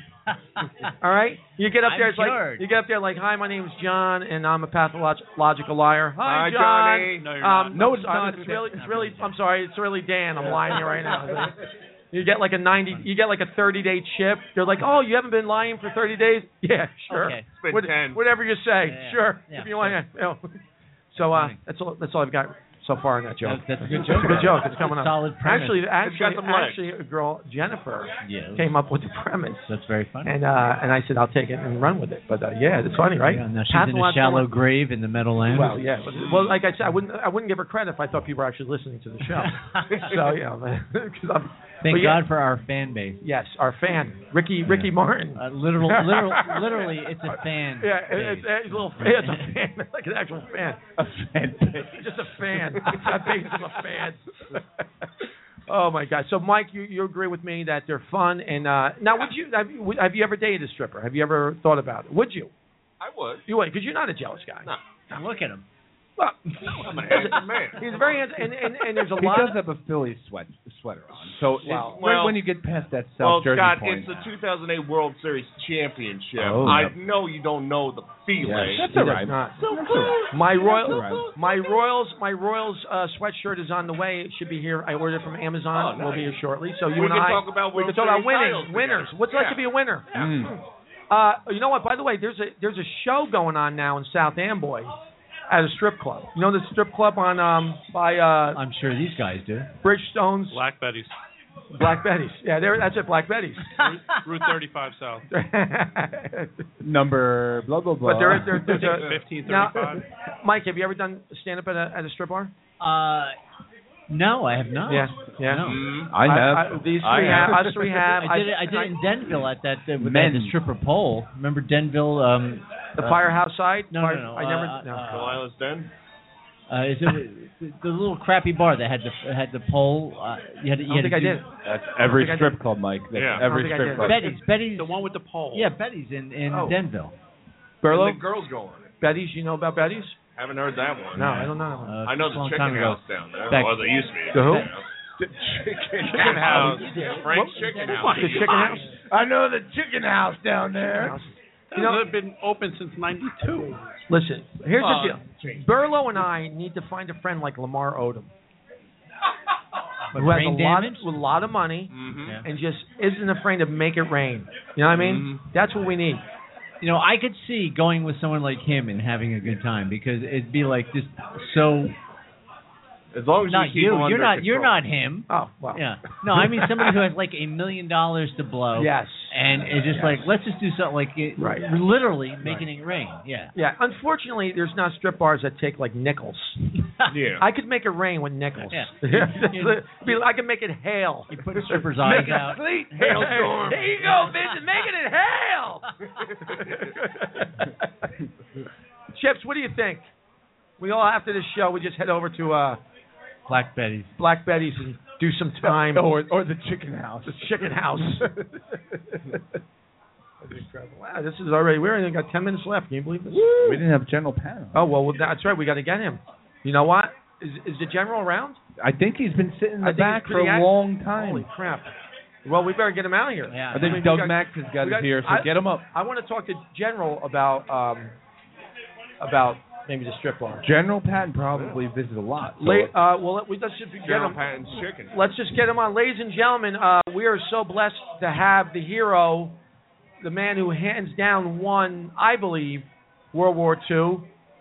C: all right, you get up
G: I'm
C: there. It's like
G: cured.
C: you get up there like, "Hi, my name's John, and I'm a pathological liar." Hi,
G: Hi,
C: John.
G: Johnny. No, you're not.
C: um,
G: No,
C: I'm
G: it's
C: sorry,
G: not.
C: It's really, it's really. I'm sorry. It's really Dan. I'm lying to you right now. You get like a 90. You get like a 30 day chip. They're like, "Oh, you haven't been lying for 30 days." Yeah, sure.
G: Okay.
N: It's been
C: What-
N: 10.
C: Whatever you say,
G: Yeah,
C: sure.
G: yeah,
C: if you want, to, you know. So uh, that's all. That's all I've got so far in that joke.
G: That's- that's a good
C: It's
G: *laughs* joke.
C: a good joke. It's
G: That's
C: coming
G: a
C: up.
G: solid premise.
C: actually,
G: It's got
C: actually,
G: some legs.
C: actually, a girl Jennifer
G: Yeah.
C: came up with the premise,
G: That's very funny.
C: and uh, and I said I'll take it and run with it. But uh, yeah, it's funny, right?
G: Yeah, now she's in a
C: Pathological-
G: shallow grave in the Meadowlands.
C: Well, yeah. But, well, like I said, I wouldn't. I wouldn't give her credit if I thought people were actually listening to the
G: *laughs*
C: show. so you *laughs* know, because I'm.
G: Thank
C: but yeah,
G: God for our fan base.
C: Yes, our fan, Ricky Ricky Martin.
G: Uh, literal,
C: *laughs*
G: literal, literally, it's a fan.
C: Yeah, it-
G: base.
C: it's, it's a little fan. It's a fan, *laughs* like an actual fan. A fan. *laughs* Just a
K: *laughs*
C: fan. a base of a fan. oh my God! So Mike, you, you agree with me that they're fun and uh now would you have, you- would- have you ever dated a stripper? Have you ever thought about it? Would you?
N: I would.
C: You would because you're not a jealous guy. No.
G: Look at him.
C: Well,
N: I'm a handsome man.
C: *laughs* he's very handsome, and, and, and
N: *laughs*
C: there's a
K: he
C: lot.
K: does have a Philly sweat sweater on. So it-
N: Wow.
K: when-
N: Well-
K: when you get past that
N: Well,
K: South Jersey
N: Scott,
K: point,
N: it's the *laughs* 2008 World Series championship.
K: Oh,
N: I
K: yep.
N: know you don't know the feeling.
K: Yes. That's
C: He
K: all
C: does
K: right.
C: not.
N: So
C: My
N: That's all
C: royal,
N: right.
C: my Royals, my Royals uh, sweatshirt is on the way. It should be here. I ordered it from Amazon. It will be here shortly. So you
N: Oh, We
C: and
N: can
C: I,
N: talk about
C: we
N: World
C: can talk about
N: Series
C: winning,
N: titles together.
C: winners. What's like to
N: Yeah.
C: be a winner?
G: Hmm.
C: Uh, you know what? By the way, there's a there's a show going on now in South Amboy at a strip club. You know the strip club on um by uh
G: I'm sure these guys do.
C: Bridgestone's
E: Black Betty's.
C: Black Betty's. Yeah, there that's it, Black Betty's.
E: Route, Route 35 South.
C: *laughs*
K: number blah blah blah.
C: But there is there, there's a
G: *laughs*
E: Fifteen
C: now,
E: thirty-five.
C: Mike, have you ever done stand up at a at a strip bar?
G: Uh, no, I have not.
C: Yeah, yeah.
G: No.
C: Mm-hmm.
K: I have.
C: I- these three have. Us three have.
G: *laughs* I did it. I did it in Denville at that uh, with that, the stripper pole. Remember Denville? Um,
C: The
G: uh,
C: firehouse side.
G: No,
C: Fire-
G: no, no.
C: I never.
G: Uh,
C: no.
G: uh,
N: Delilah's Den.
G: Uh, is it
C: *laughs*
G: the, the little crappy bar that had the had the pole? Uh, you had, to- you
C: I
G: had
C: don't think
G: to
C: I
G: do,
C: did.
K: That's
G: I don't
K: every
G: think I
K: strip club, Mike. That's
G: Yeah.
K: every
G: I don't think
K: strip
G: I did.
K: club.
G: Betty's, Betty's, the
E: one with the pole.
G: Yeah, Betty's in in
C: Oh.
G: Denville.
C: Burlo?
N: And the girls go on it.
C: Betty's. You know about Betty's?
N: Haven't heard that one.
C: No, I don't know that one.
G: Uh,
N: I know the
G: long
N: chicken
G: time ago.
N: house down there.
G: Back-
N: Well, they used to be.
G: The who?
N: You know. The
C: *laughs*
N: chicken house. Frank's chicken house.
C: The chicken house.
K: I know the chicken house down there.
E: You know, they've been open since '92.
C: Listen, here's
E: Uh,
C: the deal. Burlow and I need to find a friend like Lamar Odom.
G: With
C: who has a
G: brain
C: lot,
G: damage?
C: with a lot of money
G: Yeah.
C: and just isn't afraid to make it rain. You know what I mean?
L: Mm-hmm.
C: That's what we need.
G: You know, I could see going with someone like him and having a good time because it'd be like just so.
L: As long as
G: not
L: you keep
G: you,
L: him
G: you're
L: under
G: not you're
L: control.
G: not him.
C: Oh well.
G: Yeah. No,
L: *laughs*
G: I mean somebody who has like a million dollars to blow.
C: Yes.
G: And it's just
C: Yes.
G: like let's just do something like it,
C: Right.
G: literally making
C: Right.
G: it rain. Yeah.
C: Yeah. Unfortunately, there's not strip bars that take like nickels.
G: *laughs* Yeah.
C: I could make it rain with nickels.
G: Yeah.
C: *laughs* Be- I could make it hail. You
G: put stripper's eyes
C: *laughs* make
G: out.
C: A complete
G: Hailstorm.
C: There you go, Vincent. Making it
N: *laughs*
C: hail. Chips, what do you think? We all after this show, we just head over to uh,
E: Black Betty's.
C: Black Betty's and do some time.
K: *laughs* Or- or the chicken house.
C: The chicken
K: *laughs*
C: house. wow, Ah, this is already. We only got ten minutes left. Can you believe this?
K: We didn't have General Pan.
C: Oh well, well, that's right. We got to get him. You know what? Is is the general around?
K: I think he's been sitting in
C: I
K: the
C: think
K: back
C: he's
K: for
C: pretty
K: a
C: act-
K: long time.
C: Holy crap! Well, we better get him out of here.
K: I think
C: mean,
K: Doug
C: we got-
K: Max has got
C: we
K: us here, so
C: I-
K: get him up.
C: I want to talk to General about um about maybe the strip bar.
K: General Patton probably visited a lot. So
C: La- uh, well, let- we- let's just get
L: General
C: him.
L: Patton's chicken.
C: Let's just get him on, ladies and gentlemen. Uh, we are so blessed to have the hero, the man who hands down won, I believe, World War II,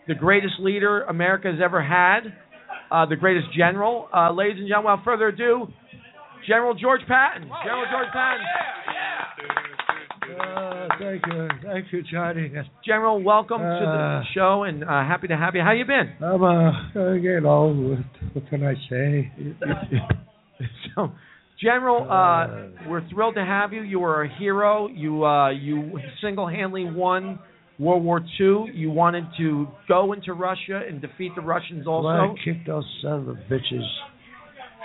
C: the greatest leader America has ever had, uh, the greatest general. Uh, ladies and gentlemen, without further ado, General George Patton. General George Patton.
F: Uh, thank you, thank you, Johnny.
C: General, welcome to the
F: Uh,
C: show, and uh, happy to have you. How you been?
F: I'm uh, uh, you know, what, what can I say?
C: so, General, uh, we're thrilled to have you. You were a hero. You uh, you single-handedly won World War II. You wanted to go into Russia and defeat the Russians
F: Well,
C: also.
F: kick those sons of bitches.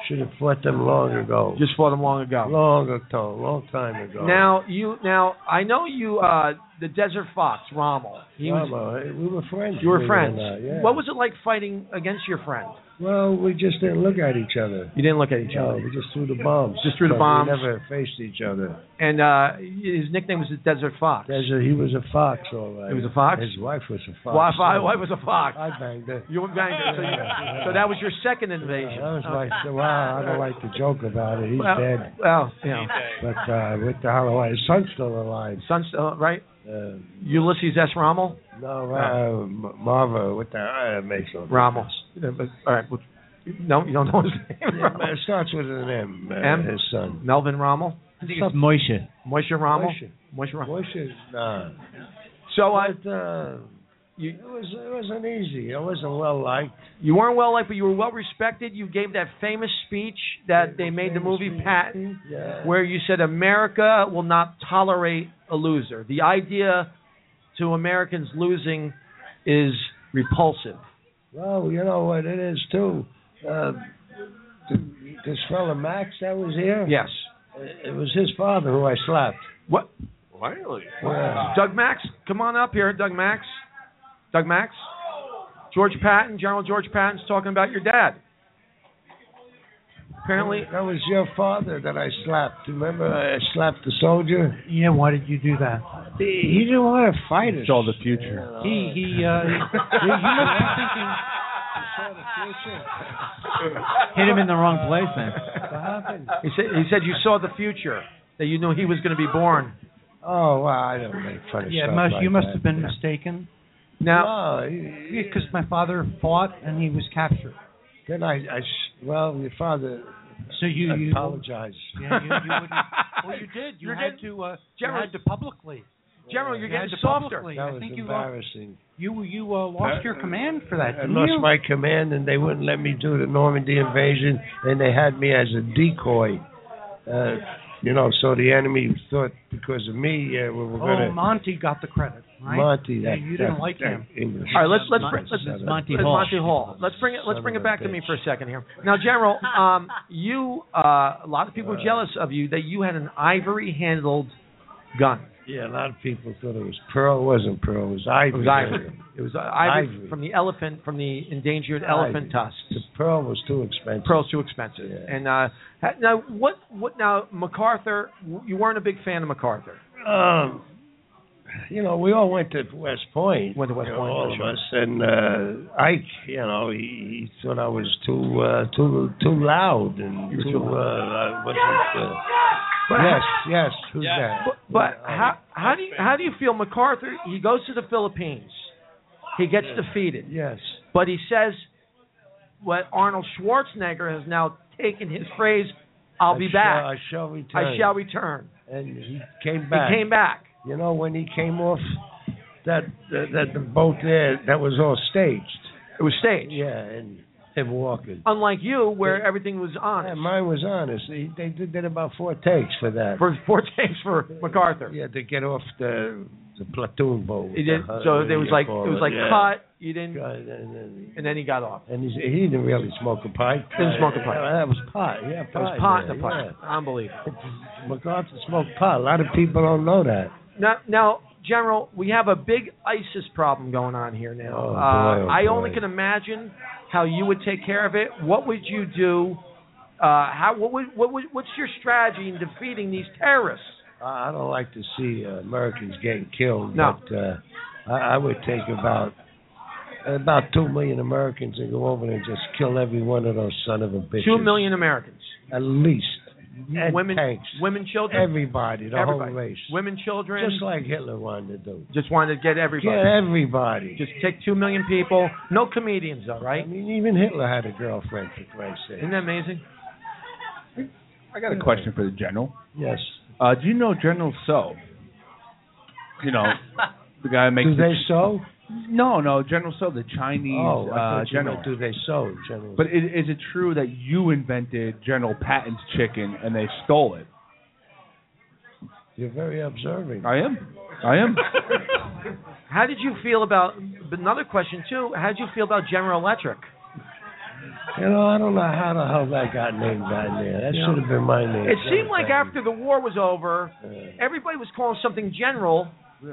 F: Should have fought them long ago.
C: Just fought them long ago.
F: Long ago, long time ago.
C: Now you now I know you uh, the Desert Fox Rommel. He was-
F: Bravo, eh? we were friends.
C: you were
F: believe it
C: friends.
F: or not, yeah.
C: What was it like fighting against your friend?
F: Well, we just didn't look at each other.
C: You didn't look at each
F: no,
C: other.
F: We just threw the bombs.
C: Just threw the
F: But
C: bombs.
F: We never faced each other.
C: And uh, his nickname was the Desert Fox.
F: Desert, he was a fox, all right.
C: He was a fox?
F: His wife was a fox. uh,
C: Why, why, why was a fox?
F: I banged it.
C: You banged it. So, you, so that was your second invasion.
F: That was
C: Okay.
F: like, wow, I don't like to joke about it. He's
C: Well,
F: dead.
C: well, you know.
F: But uh, what the hell? His son's still alive.
C: Son's still right.
F: Uh,
C: Ulysses S. Rommel.
F: no, uh, M- Marva, what the hell? That makes no
C: Rommel. Yeah, but- all right. Well, no, you don't know his name.
F: Yeah, but it starts with an M, uh,
C: *laughs* M?
F: his son.
C: Melvin Rommel.
G: I think it's Moishe.
C: Moishe Rommel.
F: Moishe.
C: Moishe Rommel.
F: Moishe's, nah.
C: So I.
F: But, uh, it, was, it wasn't easy. It wasn't well liked.
C: You weren't well liked, but you were well respected. You gave that famous speech that they made the movie Patton,
F: Yeah.
C: where you said America will not tolerate a loser. The idea to Americans losing is repulsive.
F: Well, you know what it is too. Uh, th- this fellow Max that was here.
C: Yes.
F: It was his father who I slapped.
C: What?
L: Really?
F: Yeah.
C: Doug Max, come on up here, Doug Max. Doug Max. George Patton, General George Patton's talking about your dad. Apparently,
F: that was your father that I slapped. Remember, I slapped the soldier.
H: Yeah, why did you do that?
F: He, he didn't want to fight us.
K: It's all the future.
H: He
F: *laughs*
H: he uh he, he must be
N: *laughs*
H: thinking
G: Hit him in the wrong place, man.
F: What happened?
C: *laughs* he said he said you saw the future that you knew he was going to be born.
F: Oh, well, I don't make fun of
H: *laughs* Yeah,
F: stuff
H: must,
F: like
H: you must
F: that.
H: have been
F: Yeah.
H: mistaken.
C: Now,
F: No, he- he-
H: Because my father fought and he was captured.
F: then I, I, s- well, your father
H: So you you
F: apologized.
H: Yeah, you, you wouldn't.
F: *laughs*
H: Well, you did. You
C: You're
H: had
C: getting-
H: to. Uh,
C: General-
H: you had to publicly.
C: General, you're
H: You had
C: getting
H: to
C: softer.
H: publicly.
F: That
H: I
F: was
H: think you lost.
F: embarrassing.
H: You you uh, lost your command for that.
F: I
H: didn't
F: lost
H: you?
F: my command, and they wouldn't let me do the Normandy invasion, and they had me as a decoy. Uh, you know, so the enemy thought because of me, yeah, we were
H: Oh,
F: going to
H: Monty got the credit, right?
F: Monty.
H: Yeah,
F: That,
H: you
F: that-
H: didn't like
F: that
H: him.
F: English.
C: All right, let's let's
G: Mon-
C: bring, let's
G: this is Monty
C: let's-
G: Hall.
C: Monty Hall. Let's bring it let's
F: Son
C: bring
F: of
C: it
F: a
C: back to
F: bitch.
C: me for a second here. Now, General, um, you uh, a lot of people are jealous of you that you had an ivory handled gun.
F: Yeah, a lot of people thought it was pearl. It wasn't pearl. It was
C: It
F: ivory.
C: was ivory. It was uh, ivory,
F: Ivory.
C: from the elephant from the endangered
F: Ivory.
C: elephant tusks.
F: The pearl was too expensive.
C: Pearls too expensive.
F: Yeah.
C: And uh, ha- now
F: Oh,
C: what what now MacArthur? You weren't a big fan of MacArthur.
F: Um, you know, we all went to West Point. Went to West
O: Point,
F: all
O: for
F: of
O: sure.
F: us, and uh, Ike, you know, he, he thought I was too uh, too too loud and too. Uh, I wasn't, uh,
C: But-
F: yes, yes, who's that?
C: But, but
F: um,
C: how how do you how do you feel MacArthur? He goes to the Philippines. He gets defeated.
F: Yes.
C: But he says what Arnold Schwarzenegger has now taken his phrase, "I'll
F: I
C: be
F: shall-
C: back.
F: I shall return.
C: I shall return."
F: And he came back.
C: He came back.
F: You know, when he came off that that, that the boat there, that was all staged.
C: It was staged.
F: Yeah, and and walking.
C: Unlike you, where everything was honest.
F: mine was honest. They, they did that about four takes for that.
C: For four takes for MacArthur.
F: Yeah, to get off the the platoon boat.
C: He did,
F: Uh,
C: so
F: what do
C: there was
F: you
C: like it
F: call
C: was like
F: yeah.
C: cut. You didn't, and then he got off.
F: And he's, he didn't really smoke a pipe.
C: Didn't smoke a pipe.
F: *laughs* Uh, That was pot. Yeah, pot.
C: It was pot
F: yeah,
C: in the pot. Unbelievable.
F: Yeah. MacArthur smoked pot. A lot of people don't know that.
C: Now, now, General, we have a big ISIS problem going on here now.
F: Oh, boy,
C: uh,
F: oh,
C: I
F: boy.
C: only can imagine how you would take care of it. What would you do? Uh, how? What would, what would? What's your strategy in defeating these terrorists?
F: I I don't like to see uh, Americans getting killed.
C: No.
F: But uh, I, I would take about about two million Americans and go over there and just kill every one of those son of a bitches.
C: Two million Americans,
F: at least. And
C: women,
F: tanks.
C: women, children,
F: Everybody, the
C: everybody,
F: whole race.
C: women, children,
F: Just like Hitler wanted to do.
C: Just wanted to get everybody.
F: Get everybody.
C: Just take two million people. No comedians, though, right? I
F: mean, even Hitler had a girlfriend, for Christ's sake.
C: Isn't that amazing?
K: I got a question for the general.
F: Yes.
K: Uh, do you know General So? You know, the guy who makes.
F: Do
K: the
F: they
K: chi-
F: sew?
K: No, no, General So, the Chinese
F: Oh, I
K: uh,
F: thought you
K: general.
F: meant do they sew, General?
K: But is, is it true that you invented General Patton's chicken and they stole it?
F: You're very observing.
K: I am. I am.
C: How did you feel about? But another question too. How did you feel about General Electric?
F: You know, I don't know how the hell that got named down there. That
C: Yeah.
F: should have been my name.
C: It seemed like after the war was over, everybody was calling something general,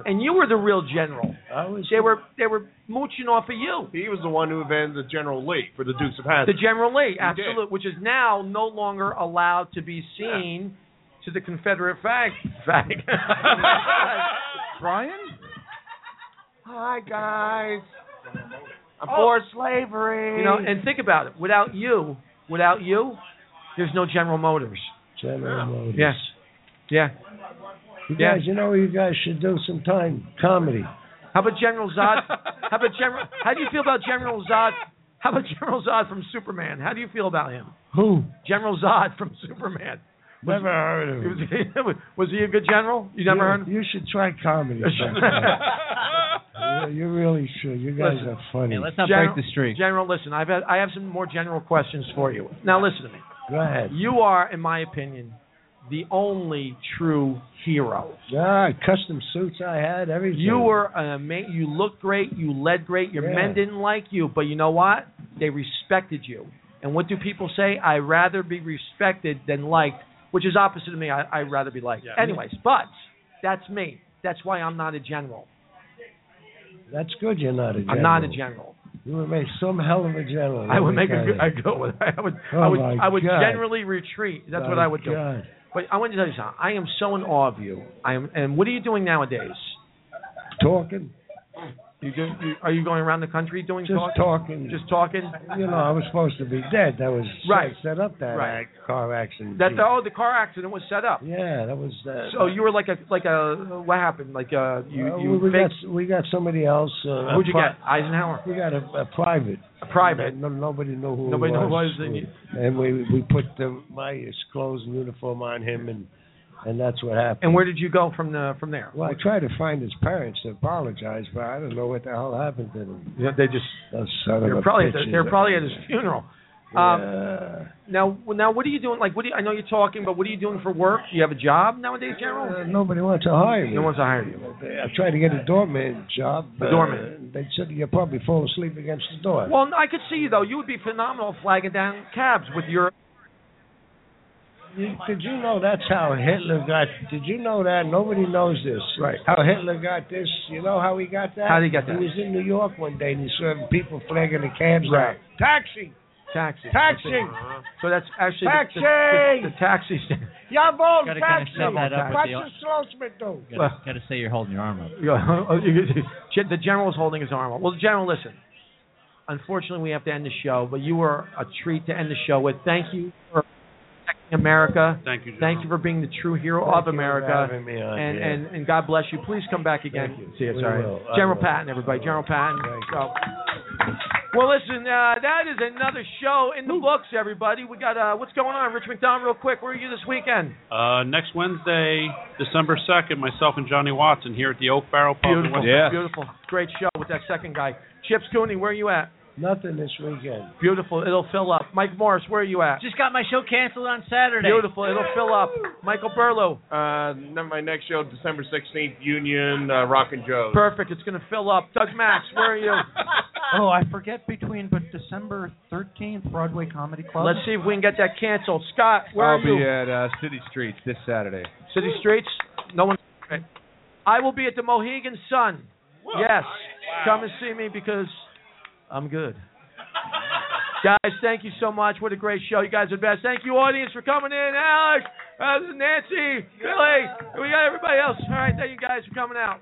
C: and you were the real general.
F: I was.
C: They were they were mooching off of you.
N: He was the one who invented the General Lee for the Dukes of
C: The
N: Hazzard.
C: General Lee,
N: did.
C: absolute, which is now no longer allowed to be seen to the Confederate flag. *laughs* flag.
K: Brian?
C: Hi guys.
N: I'm
C: for
N: slavery.
C: You know, and think about it. Without you, without you, there's no General Motors.
F: General Motors.
C: Yes. Yeah.
F: You
C: Yeah.
F: guys, you know, you guys should do some time comedy.
C: How about General Zod? How about General? How do you feel about General Zod? How about General Zod from Superman? How do you feel about him?
F: Who?
C: General Zod from Superman. *laughs* Was-
F: Never heard of him.
C: *laughs* Was, was he a good general? You never
F: you,
C: heard of
F: You should try
C: *laughs*
F: comedy. sometime.
C: him?
F: you, you really should. *laughs* You
C: *laughs*
F: guys
C: Listen.
F: are funny.
C: General, streak. General, listen, I've had, I have some more general questions for you. Now listen to me.
F: Go ahead.
C: You are, in my opinion, the only true hero.
F: Yeah, custom suits I had, everything.
C: You were an ama- You looked great. You led great. Your
F: Yeah.
C: men didn't like you, but you know what? They respected you. And what do people say? I rather be respected than liked, which is opposite of me. I, I'd rather be liked.
F: Yeah.
C: Anyways, but that's me. That's why I'm not a general.
F: That's good. You're not a general.
C: I'm not a general.
F: You would make some hell of a general.
C: I would make a
F: Every
C: good.
F: guy.
C: I go with. I would.
F: Oh
C: I would.
F: my
C: I would
F: God.
C: generally retreat. That's what
F: My
C: I would do.
F: God.
C: But I want to tell you something. I am so in awe of you. I am. And what are you doing nowadays?
F: Talking.
C: You do, you, are you going around the country doing
F: Just
C: talk?
F: talking.
C: Just talking.
F: You know, I was supposed to be dead. That was
C: *laughs* Right.
F: set up that
C: Right.
F: act- car accident.
C: That's oh, the car accident was set up.
F: Yeah, that was. Uh,
C: So you were like a like a what happened? Like uh you
F: Well,
C: you
F: we, we
C: faked-
F: got we got somebody else. Uh, a
C: who'd you
F: pri-
C: get? Eisenhower.
F: We got a, a private.
C: A private.
F: No, nobody knew who.
C: Nobody
F: it
C: knew who it
F: was.
C: was, and you-
F: And we we put the, my clothes and uniform on him, and and that's what happened.
C: And where did you go from the from there?
F: Well, I tried to find his parents to apologize, but I don't know what the hell happened to them.
C: Yeah, they just
F: those son of
C: They're
F: a
C: probably at the-
F: bitches.
C: they're probably at his funeral. Um,
F: Yeah.
C: Now now what are you doing? Like what do you, I know you're talking, but what are you doing for work? Do you have a job nowadays, General?
F: Uh, nobody wants to hire me.
C: No one's to hire you.
F: I tried to get a doorman job.
C: A
F: uh,
C: doorman.
F: They said you'll probably fall asleep against the door.
C: Well, I could see you though. You would be phenomenal flagging down cabs with your.
F: You- did you know that's how Hitler got? Did you know that? Nobody knows this. Right. How Hitler got this? You know how he got that?
C: How'd he get that?
F: He was in New York one day and he saw people flagging the cabs
C: Right.
F: out. Taxi.
C: Taxi. Uh-huh.
F: Taxing.
C: So that's actually
F: Taxi!
C: The, the, the, the taxi stand.
F: Yavon,
G: Gotta kinda
F: taxi.
G: set that up with
F: What's
G: the-
F: the Schlossman do?
G: Gotta, gotta say you're holding your arm up.
C: Yeah, *laughs* oh, you- you- Gen- the general's holding his arm up. Well, general, listen. Unfortunately, we have to end the show, but you were a treat to end the show with. Thank you for protecting America.
E: Thank you.
C: Thank you for being the true hero
F: Thank
C: of
F: you for
C: America.
F: having me on
C: and,
F: here.
C: and and God bless you. Please come back again. See you.
F: We
C: Sorry,
F: will. I
C: General
F: will.
C: Patton, everybody. General Patton. So- Well, listen, uh, that is another show in the books, everybody. We got uh, what's going on, Rich McDonald, real quick. Where are you this weekend?
E: Uh, next Wednesday, December 2nd, myself and Johnny Watson here at the Oak Barrel Pub in
C: Beautiful,
E: West
C: beautiful, great show with that second guy, Chips Cooney. Where are you at?
F: Nothing this weekend.
C: Beautiful. It'll fill up. Mike Morris, where are you at?
G: Just got my show canceled on Saturday.
C: Beautiful. It'll fill up. Michael Burlow.
N: Uh, then my next show, December 16th, Union, uh, Rockin' Joe's.
C: Perfect. It's going to fill up. Doug Max, where are
N: *laughs*
C: you?
H: Oh, I forget between, but December 13th, Broadway Comedy Club.
C: Let's see if we can get that canceled. Scott, *laughs* where
K: I'll
C: are you?
K: be at uh, City Streets this Saturday.
C: City Streets. No one. okay. I will be at the Mohegan Sun. Yes. Come and see me because I'm good. guys, thank you so much. What a great show. You guys are the best. Thank you, audience, for coming in. Alex, uh, Nancy, Billy, we got everybody else. All right, thank you guys for coming out.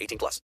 Q: 18 plus.